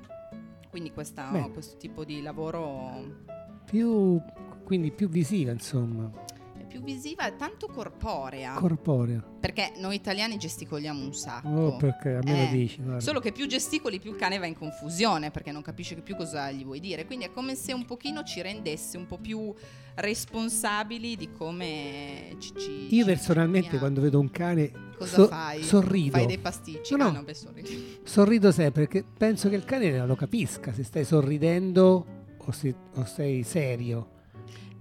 Speaker 7: Quindi questa-
Speaker 2: Bene.
Speaker 7: questo tipo di lavoro
Speaker 2: Più, quindi più visiva, insomma,
Speaker 7: è più visiva e tanto corporea.
Speaker 2: corporea.
Speaker 7: perché noi italiani gesticoliamo un sacco.
Speaker 2: Oh, perché a me
Speaker 7: Eh,
Speaker 2: lo dici, guarda.
Speaker 7: Solo che più gesticoli più il cane va in confusione perché non capisce più cosa gli vuoi dire. Quindi è come se un pochino ci rendesse un po' più responsabili di come ci... ci
Speaker 2: Io
Speaker 7: ci
Speaker 2: personalmente
Speaker 7: esprimiamo.
Speaker 2: quando vedo un cane
Speaker 7: Cosa
Speaker 2: so-
Speaker 7: fai?
Speaker 2: sorrido.
Speaker 7: Fai dei pasticci?
Speaker 2: No,
Speaker 7: Ah,
Speaker 2: no,
Speaker 7: no, beh, sorridi.
Speaker 2: sorrido sempre perché penso che il cane lo capisca se stai sorridendo o, se- o sei serio.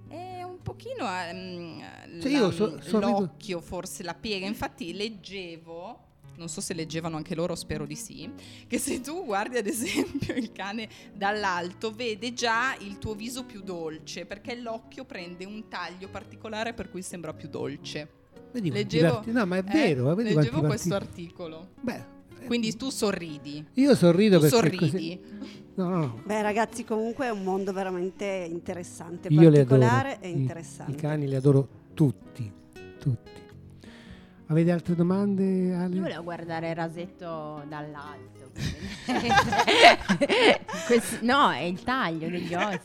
Speaker 7: È un pochino ehm,
Speaker 2: Cioè,
Speaker 7: la-
Speaker 2: io so- sorrido-
Speaker 7: l'occhio, forse la piega. Infatti leggevo, non so se leggevano anche loro, spero di sì, che se tu guardi ad esempio il cane dall'alto vede già il tuo viso più dolce perché l'occhio prende un taglio particolare per cui sembra più dolce.
Speaker 2: Vedi quanti
Speaker 7: leggevo,
Speaker 2: parti- no, ma è
Speaker 7: eh,
Speaker 2: vero, eh, vedi quanti eh,
Speaker 7: leggevo questo
Speaker 2: parti-
Speaker 7: articolo. Quindi tu sorridi.
Speaker 2: Io sorrido
Speaker 7: Tu
Speaker 2: perché
Speaker 7: sorridi.
Speaker 2: così- No, no,
Speaker 6: Beh, ragazzi, comunque è un mondo veramente interessante,
Speaker 2: io li adoro.
Speaker 6: particolare e
Speaker 2: I-
Speaker 6: interessante.
Speaker 2: I cani li adoro tutti, tutti. Avete altre domande, Ale?
Speaker 8: Io volevo guardare Rasetto dall'alto. Quest- no, è il taglio degli osi.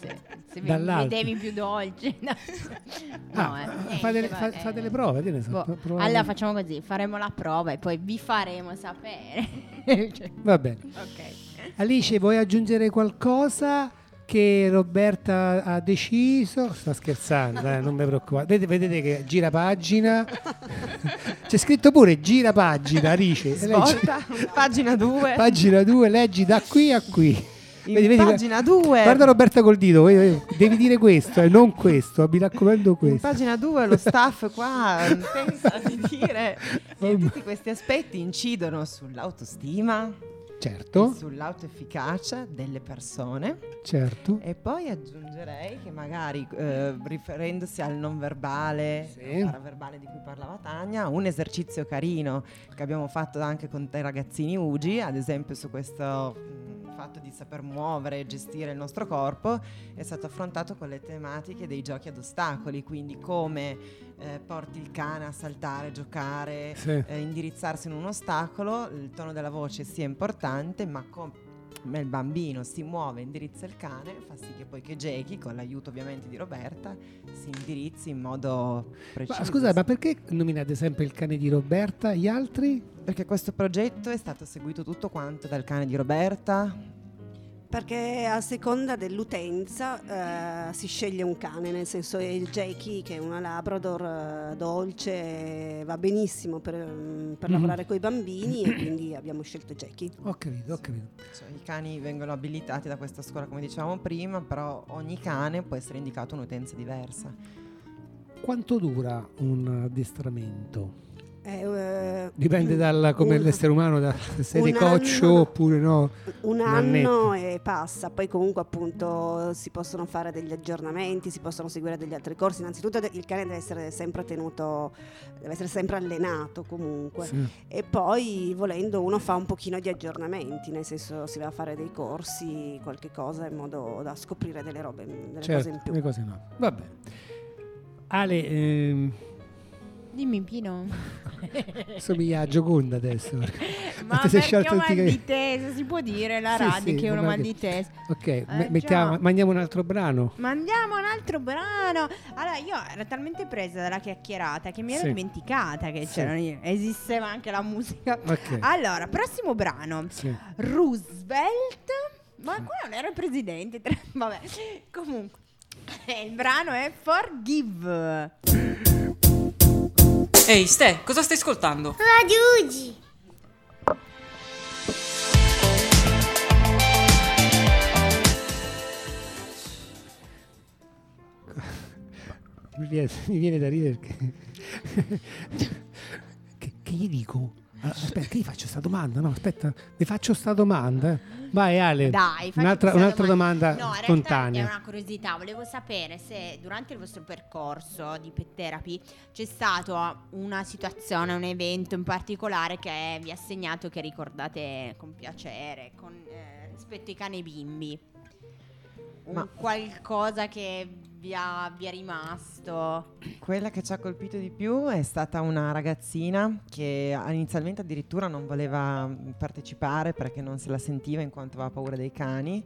Speaker 8: Se mi
Speaker 2: Dall'alto.
Speaker 8: vedevi più dolce. No,
Speaker 2: Ah,
Speaker 8: eh.
Speaker 2: fa delle- fa- fa delle prove, che ne so, pro- provate-
Speaker 8: Boh, Allora facciamo così, faremo la prova e poi vi faremo sapere. Cioè-
Speaker 2: Va bene.
Speaker 8: Ok.
Speaker 2: Alice, vuoi aggiungere qualcosa che Roberta ha deciso? Sto scherzando, eh, non mi preoccupate. Vedete, vedete che gira pagina. C'è scritto pure gira pagina, Alice. E lei gi-
Speaker 5: Svolta, pagina 2.
Speaker 2: Pagina 2, leggi da qui a qui.
Speaker 5: In
Speaker 2: Vedi, vedi,
Speaker 5: pagina 2.
Speaker 2: Guarda Roberta col dito, vedi, vedi, devi dire questo e non questo, mi raccomando
Speaker 5: In
Speaker 2: questo.
Speaker 5: pagina 2 lo staff qua eh, pensa di dire che tutti questi aspetti incidono sull'autostima,
Speaker 2: Certo.
Speaker 5: e sull'autoefficacia delle persone.
Speaker 2: Certo.
Speaker 5: E poi aggiungerei che magari eh, riferendosi al non verbale, al paraverbale di cui parlava Tania, un esercizio carino che abbiamo fatto anche con te ragazzini Ugi, ad esempio su questo mh, fatto di saper muovere e gestire il nostro corpo, è stato affrontato con le tematiche dei giochi ad ostacoli, quindi come eh, porti il cane a saltare, giocare,
Speaker 2: Sì.
Speaker 5: eh, indirizzarsi in un ostacolo, il tono della voce sia importante, ma come il bambino si muove, indirizza il cane, fa sì che poi che Jackie, con l'aiuto ovviamente di Roberta, si indirizzi in modo preciso.
Speaker 2: Ma scusa, ma perché nominate sempre il cane di Roberta? Gli altri?
Speaker 5: Perché questo progetto è stato seguito tutto quanto dal cane di Roberta,
Speaker 6: Perché a seconda dell'utenza eh, si sceglie un cane, nel senso il Jakey che è una Labrador eh, dolce, va benissimo per, mm, per
Speaker 2: Mhm.
Speaker 6: lavorare con i bambini e quindi abbiamo scelto Jakey.
Speaker 2: Ho capito, ho capito.
Speaker 5: Cioè, I cani vengono abilitati da questa scuola, come dicevamo prima, però ogni cane può essere indicato un'utenza diversa.
Speaker 2: Quanto dura un addestramento?
Speaker 6: Eh, eh,
Speaker 2: Dipende dal come l'essere umano, da se sei
Speaker 6: un
Speaker 2: di coccio
Speaker 6: anno-
Speaker 2: oppure no.
Speaker 6: Un
Speaker 2: Nannetto.
Speaker 6: anno e passa, poi comunque appunto si possono fare degli aggiornamenti, si possono seguire degli altri corsi. Innanzitutto de- il cane deve essere sempre tenuto, deve essere sempre allenato comunque.
Speaker 2: Sì.
Speaker 6: E poi volendo uno fa un pochino di aggiornamenti, nel senso si va a fare dei corsi, qualche cosa in modo da scoprire delle robe, delle
Speaker 2: certo,
Speaker 6: cose in più.
Speaker 2: le cose no. Va bene. Ale, ehm,
Speaker 8: Dimmi Pino.
Speaker 2: somiglia a Gioconda adesso.
Speaker 8: Ma
Speaker 2: ti sei
Speaker 8: perché ho
Speaker 2: il
Speaker 8: mal
Speaker 2: tigre-
Speaker 8: di testa, si può dire la
Speaker 2: Sì,
Speaker 8: radio
Speaker 2: sì,
Speaker 8: che è
Speaker 2: ho
Speaker 8: uno
Speaker 2: mal
Speaker 8: mal
Speaker 2: di-
Speaker 8: di testa.
Speaker 2: Ok,
Speaker 8: Eh,
Speaker 2: me-
Speaker 8: già.
Speaker 2: mettiamo- mandiamo un altro brano.
Speaker 8: Mandiamo un altro brano. Allora, io ero talmente presa dalla chiacchierata che mi ero
Speaker 2: Sì.
Speaker 8: dimenticata che
Speaker 2: Sì.
Speaker 8: c'erano- esisteva anche la musica.
Speaker 2: Ok.
Speaker 8: Allora, prossimo brano.
Speaker 2: Sì.
Speaker 8: Roosevelt. Ma qua non era il presidente. tra- Vabbè, comunque.
Speaker 3: Il brano è Forgive.
Speaker 12: Ehi, Ste, cosa stai ascoltando?
Speaker 9: Radio Ugi.
Speaker 2: Mi viene, mi viene da ridere perché... che, che gli dico? Ah, Aspetta, che gli faccio sta domanda? No, aspetta, vi faccio sta domanda. Vai Ale,
Speaker 13: Dai, facci
Speaker 2: Eh, un'altra,
Speaker 13: questa
Speaker 2: un'altra domanda,
Speaker 13: No, in realtà
Speaker 2: spontanea.
Speaker 13: È una curiosità, volevo sapere se durante il vostro percorso di pet therapy c'è stata una situazione, un evento in particolare che vi ha segnato che ricordate con piacere, con, eh, rispetto ai cani bimbi. Un
Speaker 5: Ma-
Speaker 13: qualcosa che vi, ha- vi è rimasto.
Speaker 5: Quella che ci ha colpito di più è stata una ragazzina che inizialmente addirittura non voleva mm, partecipare perché non se la sentiva in quanto aveva paura dei cani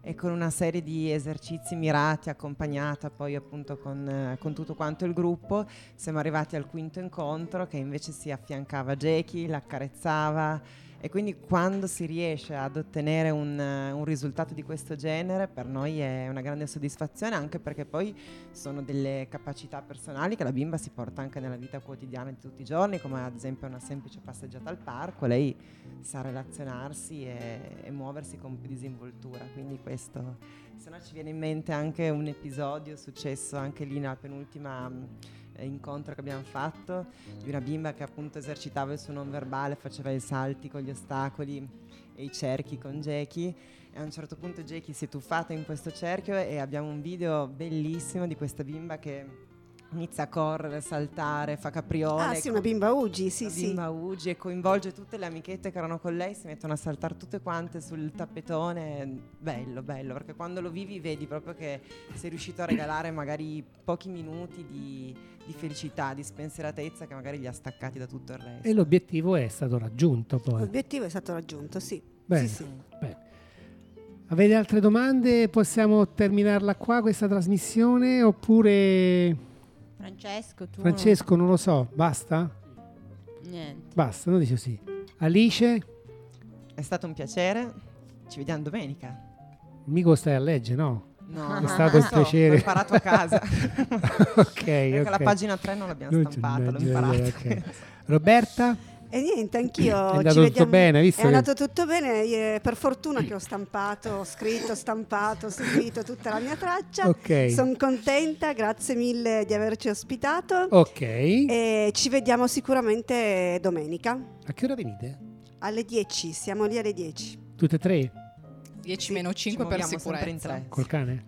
Speaker 5: e con una serie di esercizi mirati, accompagnata poi appunto con, eh, con tutto quanto il gruppo, siamo arrivati al quinto incontro che invece si affiancava a Jackie, l'accarezzava e quindi quando si riesce ad ottenere un, eh, un risultato di questo genere per noi è una grande soddisfazione anche perché poi sono delle capacità personali che la bimba si porta anche nella vita quotidiana di tutti i giorni come ad esempio una semplice passeggiata al parco, lei sa relazionarsi e, e muoversi con più disinvoltura quindi questo se no ci viene in mente anche un episodio successo anche lì nella penultima mh, eh, incontro che abbiamo fatto di una bimba che appunto esercitava il suo non verbale, faceva i salti con gli ostacoli e i cerchi con Jackie e a un certo punto Jackie si è tuffata in questo cerchio e abbiamo un video bellissimo di questa bimba che inizia a correre, saltare, fa capriole.
Speaker 6: Ah, sì,
Speaker 2: ecco.
Speaker 6: una bimba Ugi, sì,
Speaker 5: Una
Speaker 6: sì.
Speaker 5: bimba Ugi e coinvolge tutte le amichette che erano con lei, si mettono a saltare tutte quante sul tappetone. Bello, bello, perché quando lo vivi vedi proprio che sei riuscito a regalare magari pochi minuti di, di felicità, di spensieratezza che magari li ha staccati da tutto il resto.
Speaker 2: E l'obiettivo è stato raggiunto poi.
Speaker 6: L'obiettivo è stato raggiunto, sì.
Speaker 2: Bene,
Speaker 6: Sì, sì.
Speaker 2: bene. Avete altre domande? Possiamo terminarla qua questa trasmissione? Oppure
Speaker 13: Francesco, tu?
Speaker 2: Francesco, non lo so, basta?
Speaker 13: Niente.
Speaker 2: Basta, non dice sì. Alice,
Speaker 5: È stato un piacere, ci vediamo domenica.
Speaker 2: mica stai a legge, no?
Speaker 5: No,
Speaker 2: è
Speaker 5: Ah, no,
Speaker 2: stato
Speaker 5: non
Speaker 2: un
Speaker 5: so,
Speaker 2: piacere.
Speaker 5: l'ho imparato a casa.
Speaker 2: ok,
Speaker 5: Ecco, la
Speaker 2: ok.
Speaker 5: pagina 3 non l'abbiamo
Speaker 2: c'è-
Speaker 5: stampata, l'ho
Speaker 2: no,
Speaker 5: imparata.
Speaker 2: ok. Roberta?
Speaker 6: E niente,
Speaker 2: È
Speaker 6: anch'io. ci
Speaker 2: andato tutto
Speaker 6: vediamo-
Speaker 2: bene, hai visto
Speaker 6: È
Speaker 2: che-
Speaker 6: andato tutto bene, eh, per fortuna che ho stampato, ho scritto, stampato, ho seguito tutta la mia traccia.
Speaker 2: Ok.
Speaker 6: Sono contenta, grazie mille di averci ospitato.
Speaker 2: Ok.
Speaker 6: E ci vediamo sicuramente domenica
Speaker 2: A che ora venite?
Speaker 6: alle 10, siamo lì alle 10.
Speaker 2: Tutte e tre?
Speaker 7: 10 meno 5 per
Speaker 6: muoviamo sempre in
Speaker 7: sicurezza.
Speaker 2: Col cane?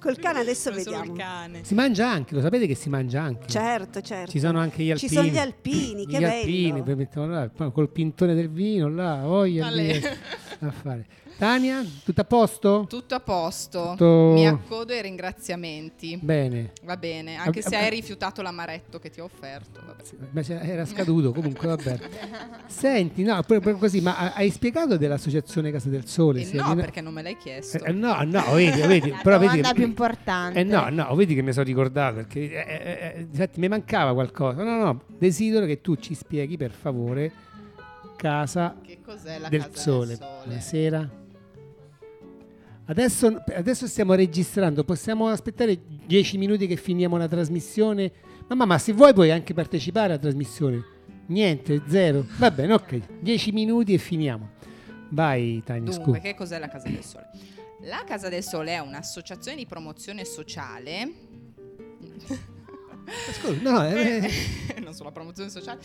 Speaker 6: Col cane adesso
Speaker 7: Non solo il
Speaker 6: vediamo.
Speaker 7: cane.
Speaker 2: Si mangia anche, lo sapete che si mangia anche?
Speaker 6: Certo, certo.
Speaker 2: Ci sono anche gli
Speaker 6: Ci
Speaker 2: alpini.
Speaker 6: sono gli alpini, che
Speaker 2: Gli alpini,
Speaker 6: bello.
Speaker 2: poi mettono là, poi col pintone del vino, là, voglia
Speaker 7: Ale.
Speaker 2: di- a fare. Tania, tutto a posto?
Speaker 7: Tutto a posto.
Speaker 2: Tutto-
Speaker 7: Mi accodo ai ringraziamenti.
Speaker 2: Bene.
Speaker 7: Va bene, anche
Speaker 2: Ab-
Speaker 7: se
Speaker 2: ab-
Speaker 7: hai rifiutato l'amaretto che ti ho offerto. vabbè.
Speaker 2: Ma c'era- era scaduto comunque, vabbè. Senti, no, proprio così, ma ha- hai spiegato dell'associazione Casa del Sole?
Speaker 7: Eh
Speaker 2: Se-
Speaker 7: no, perché non me l'hai chiesto.
Speaker 2: Eh, no, no, vedi, vedi,
Speaker 7: La
Speaker 2: però vedi
Speaker 7: domanda
Speaker 2: che-
Speaker 7: più importante.
Speaker 2: Eh no, no, vedi che mi sono ricordato perché eh, eh, eh, infatti mi mancava qualcosa. No, no, desidero che tu ci spieghi per favore casa
Speaker 7: Che cos'è la
Speaker 2: del
Speaker 7: Casa del
Speaker 2: sole. Eh,
Speaker 7: Sole?
Speaker 2: Buonasera. Adesso, adesso stiamo registrando, possiamo aspettare 10 minuti che finiamo la trasmissione? Mamma, ma se vuoi puoi anche partecipare alla trasmissione. Niente, zero. Va bene, ok. 10 minuti e finiamo. Vai Tania,
Speaker 7: Dunque,
Speaker 2: scusa.
Speaker 7: che cos'è la Casa del Sole? La Casa del Sole è un'associazione di promozione sociale.
Speaker 2: Scusa, no, eh, eh.
Speaker 7: non so, la promozione sociale.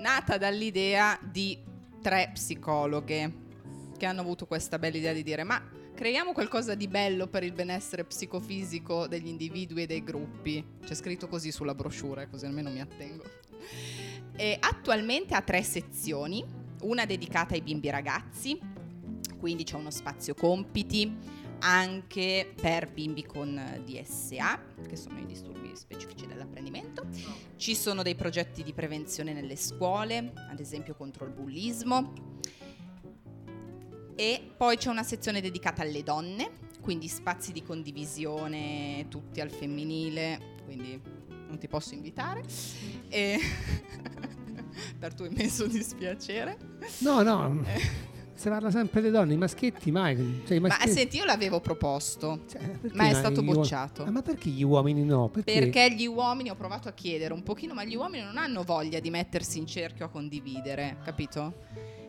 Speaker 7: Nata dall'idea di tre psicologhe che hanno avuto questa bella idea di dire: ma creiamo qualcosa di bello per il benessere psicofisico degli individui e dei gruppi. C'è scritto così sulla brochure, così almeno mi attengo. E attualmente ha tre sezioni, una dedicata ai bimbi ragazzi, quindi c'è uno spazio compiti anche per bimbi con eh, DSA, che sono i disturbi specifici dell'apprendimento. Ci sono dei progetti di prevenzione nelle scuole, ad esempio contro il bullismo. E poi c'è una sezione dedicata alle donne, quindi spazi di condivisione tutti al femminile, quindi non ti posso invitare. E per tuo immenso dispiacere.
Speaker 2: No, no. Si parla sempre delle donne, i maschietti mai. Cioè, i
Speaker 7: Ma
Speaker 2: maschietti-
Speaker 7: senti, io l'avevo proposto,
Speaker 2: perché
Speaker 7: ma è
Speaker 2: mai
Speaker 7: stato
Speaker 2: gli uo-
Speaker 7: bocciato.
Speaker 2: Ah, ma perché gli uomini no? Perché?
Speaker 7: Perché gli uomini, ho provato a chiedere un pochino, ma gli uomini non hanno voglia di mettersi in cerchio a condividere, capito?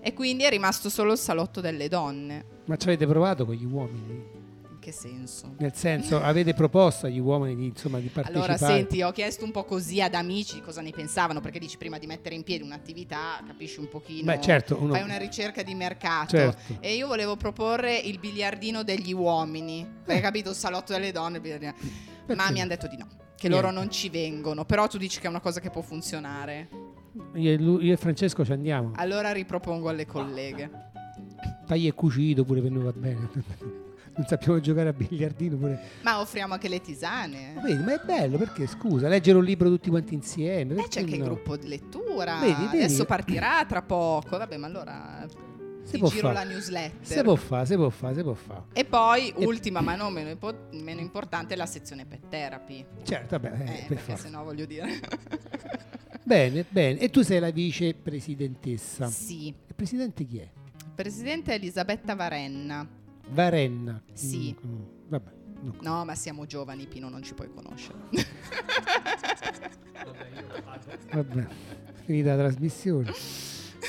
Speaker 7: E quindi è rimasto solo il salotto delle donne.
Speaker 2: Ma ci avete provato con gli uomini?
Speaker 7: In che senso?
Speaker 2: Nel senso, avete proposto agli uomini di, insomma, di partecipare?
Speaker 7: Allora, senti, ho chiesto un po' così ad amici cosa ne pensavano, perché dici prima di mettere in piedi un'attività, capisci un pochino,
Speaker 2: Beh, certo, uno-
Speaker 7: fai una ricerca di mercato.
Speaker 2: Certo.
Speaker 7: E io volevo proporre il biliardino degli uomini,
Speaker 2: Eh.
Speaker 7: hai capito? Il salotto delle donne, il biliardino. ma mi hanno detto di no, che loro
Speaker 2: Niente.
Speaker 7: non ci vengono, però tu dici che è una cosa che può funzionare.
Speaker 2: Io e, lui- io e Francesco ci andiamo.
Speaker 7: Allora ripropongo alle colleghe.
Speaker 2: Tagli e cucito pure per noi va bene. non sappiamo giocare a biliardino pure.
Speaker 7: Ma offriamo anche le tisane. Eh,
Speaker 2: Vedi, ma è bello perché scusa, leggere un libro tutti quanti insieme.
Speaker 7: Eh,
Speaker 2: perché
Speaker 7: c'è anche il
Speaker 2: no?
Speaker 7: gruppo di lettura.
Speaker 2: Vedi, vedi.
Speaker 7: Adesso partirà tra poco. Vabbè, ma allora
Speaker 2: Si
Speaker 7: ti
Speaker 2: può
Speaker 7: giro
Speaker 2: fa.
Speaker 7: la newsletter.
Speaker 2: Si può fare, si può fare, si può fare.
Speaker 7: E poi,
Speaker 2: E-
Speaker 7: ultima ma non meno, impo- meno importante, la sezione pet therapy.
Speaker 2: Certo, vabbè, eh, per
Speaker 7: eh, perché
Speaker 2: forza.
Speaker 7: sennò voglio dire.
Speaker 2: Bene, bene. E tu sei la vicepresidentessa.
Speaker 7: Sì.
Speaker 2: Il presidente chi è?
Speaker 7: Presidente Elisabetta Varenna.
Speaker 2: Varenna.
Speaker 7: Sì.
Speaker 2: Mm, mm, vabbè. no.
Speaker 7: No, ma siamo giovani, Pino, non ci puoi conoscere.
Speaker 2: Vabbè, finita la trasmissione.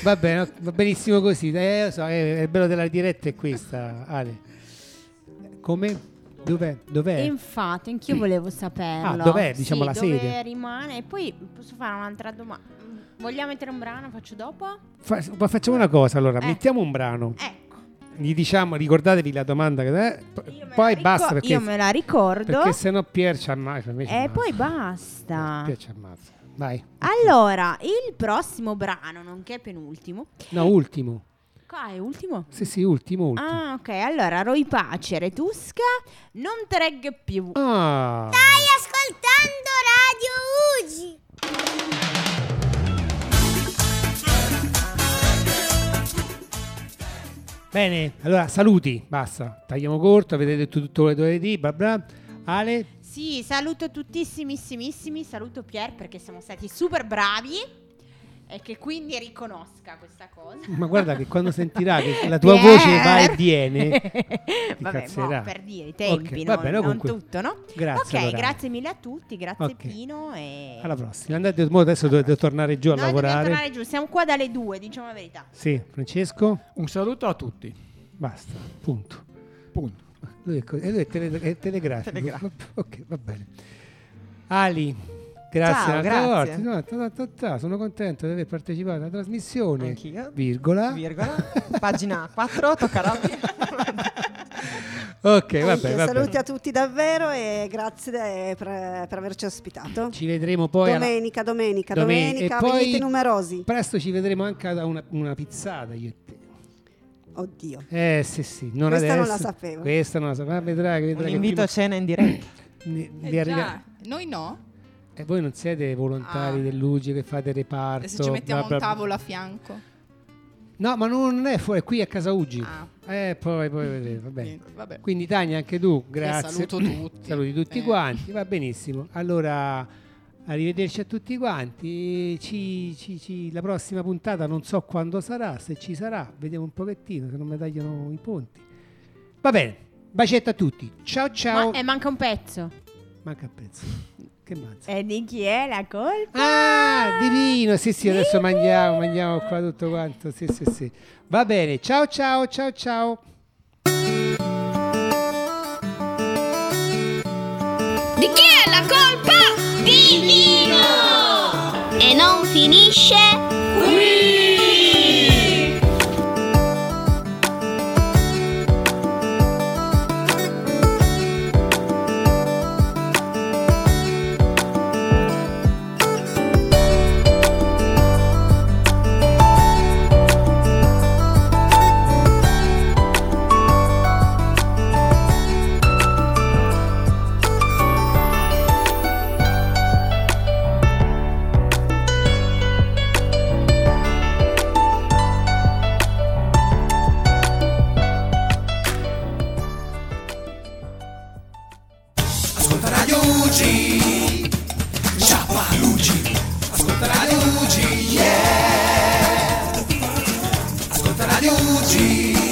Speaker 2: Va bene, no, va benissimo così. Eh, lo so, eh, il bello della diretta è questa, Ale. Come? Dov'è?
Speaker 8: E
Speaker 2: Dov'è?
Speaker 8: infatti, anch'io volevo saperlo.
Speaker 2: Eh. Ah, dov'è, diciamo,
Speaker 8: Sì,
Speaker 2: la
Speaker 8: dove
Speaker 2: sede?
Speaker 8: rimane? E poi posso fare un'altra domanda. Vogliamo mettere un brano? Faccio dopo?
Speaker 2: Fa- ma facciamo una cosa allora,
Speaker 8: Eh.
Speaker 2: mettiamo un brano. Gli diciamo, ricordatevi la domanda che è, p- Eh, poi basta perché
Speaker 8: io me la ricordo.
Speaker 2: Perché sennò Pier ci ammazza, invece
Speaker 8: E
Speaker 2: no,
Speaker 8: poi basta.
Speaker 2: Pier ci ammazza. Vai.
Speaker 8: Allora, il prossimo brano, nonché penultimo.
Speaker 2: No, ultimo.
Speaker 8: Qua è ultimo?
Speaker 2: Sì, sì, ultimo, ultimo.
Speaker 8: Ah, ok. Allora, Roy Pace, Retusca, non treg più.
Speaker 2: Ah.
Speaker 9: ascoltando Radio Ugi.
Speaker 2: Bene, allora saluti, basta. Tagliamo corto, avete detto tutto quello che dovete dire, bla bla. Ale,
Speaker 8: Sì, saluto tuttissimissimissimi, saluto Pier perché siamo stati super bravi e che quindi riconosca questa cosa.
Speaker 2: ma guarda che quando sentirà che la tua voce va e viene, ti
Speaker 8: Vabbè, mo,
Speaker 2: cazzerà.
Speaker 8: per dire i tempi,
Speaker 2: Ok,
Speaker 8: no?
Speaker 2: va bene,
Speaker 8: non
Speaker 2: comunque.
Speaker 8: tutto, no?
Speaker 2: Grazie.
Speaker 8: ok,
Speaker 2: allora.
Speaker 8: grazie mille a tutti, grazie
Speaker 2: Ok.
Speaker 8: Pino e
Speaker 2: Alla prossima. Andate, mo adesso dovete tornare giù a
Speaker 8: Noi dobbiamo
Speaker 2: lavorare.
Speaker 8: tornare giù, siamo qua dalle due, diciamo la verità.
Speaker 2: Sì, Francesco.
Speaker 10: Un saluto a tutti.
Speaker 2: Basta, punto.
Speaker 10: Punto.
Speaker 2: Lui è, co- e lui è tele- è telegrafico. ok, va bene. Ali, grazie
Speaker 5: Ciao,
Speaker 2: ancora una volta.
Speaker 5: grazie.
Speaker 2: No, ta- ta- ta- ta, sono contento di aver partecipato alla trasmissione.
Speaker 5: Anch'io.
Speaker 2: Virgola.
Speaker 5: Virgola. Pagina 4, tocca a Robby.
Speaker 2: ok, va bene,
Speaker 6: Anche
Speaker 2: va bene.
Speaker 6: Saluti a tutti davvero e grazie de- per, per averci ospitato.
Speaker 2: Ci vedremo poi alla-
Speaker 6: domenica, domenica,
Speaker 2: Domen-
Speaker 6: domenica,
Speaker 2: e poi
Speaker 6: venite numerosi.
Speaker 2: Presto ci vedremo anche a una, una pizzata io e te.
Speaker 6: Oddio.
Speaker 2: Eh sì sì, non
Speaker 6: Questa non
Speaker 2: adesso.
Speaker 6: la sapevo.
Speaker 2: Questa non la sapevo, ma vedrai, vedrai
Speaker 5: Un
Speaker 2: che
Speaker 5: invito
Speaker 2: prima-
Speaker 5: a cena in diretta.
Speaker 2: ne-
Speaker 7: Eh
Speaker 2: vi arriverà-
Speaker 7: già, noi no.
Speaker 2: E voi non siete volontari
Speaker 7: Ah.
Speaker 2: dell'UGI che fate reparto.
Speaker 7: E se ci mettiamo
Speaker 2: bla, bla,
Speaker 7: un
Speaker 2: bla.
Speaker 7: tavolo a fianco.
Speaker 2: No, ma non è fuori, è qui a casa Ugi.
Speaker 7: Ah.
Speaker 2: Eh, poi, poi vedremo, va bene.
Speaker 7: Niente, vabbè.
Speaker 2: Quindi Tania, anche tu, grazie.
Speaker 7: Eh, saluto tutti.
Speaker 2: Saluti tutti
Speaker 7: Eh.
Speaker 2: quanti, va benissimo. Allora, arrivederci a tutti quanti. Ci- ci- ci- la prossima puntata non so quando sarà, se ci sarà, vediamo un pochettino, se non mi tagliano i ponti. Va bene, bacetto a tutti. Ciao ciao.
Speaker 8: Ma eh, manca un pezzo.
Speaker 2: Manca il pezzo. Che mazzo.
Speaker 8: E Eh, di chi è la colpa?
Speaker 2: Ah, divino, sì sì, adesso mangiamo, mangiamo qua tutto quanto, sì sì sì. Va bene, ciao ciao ciao ciao.
Speaker 9: Di chi è la colpa? Di Nino! E non finisce qui!
Speaker 14: Thank
Speaker 1: Ugi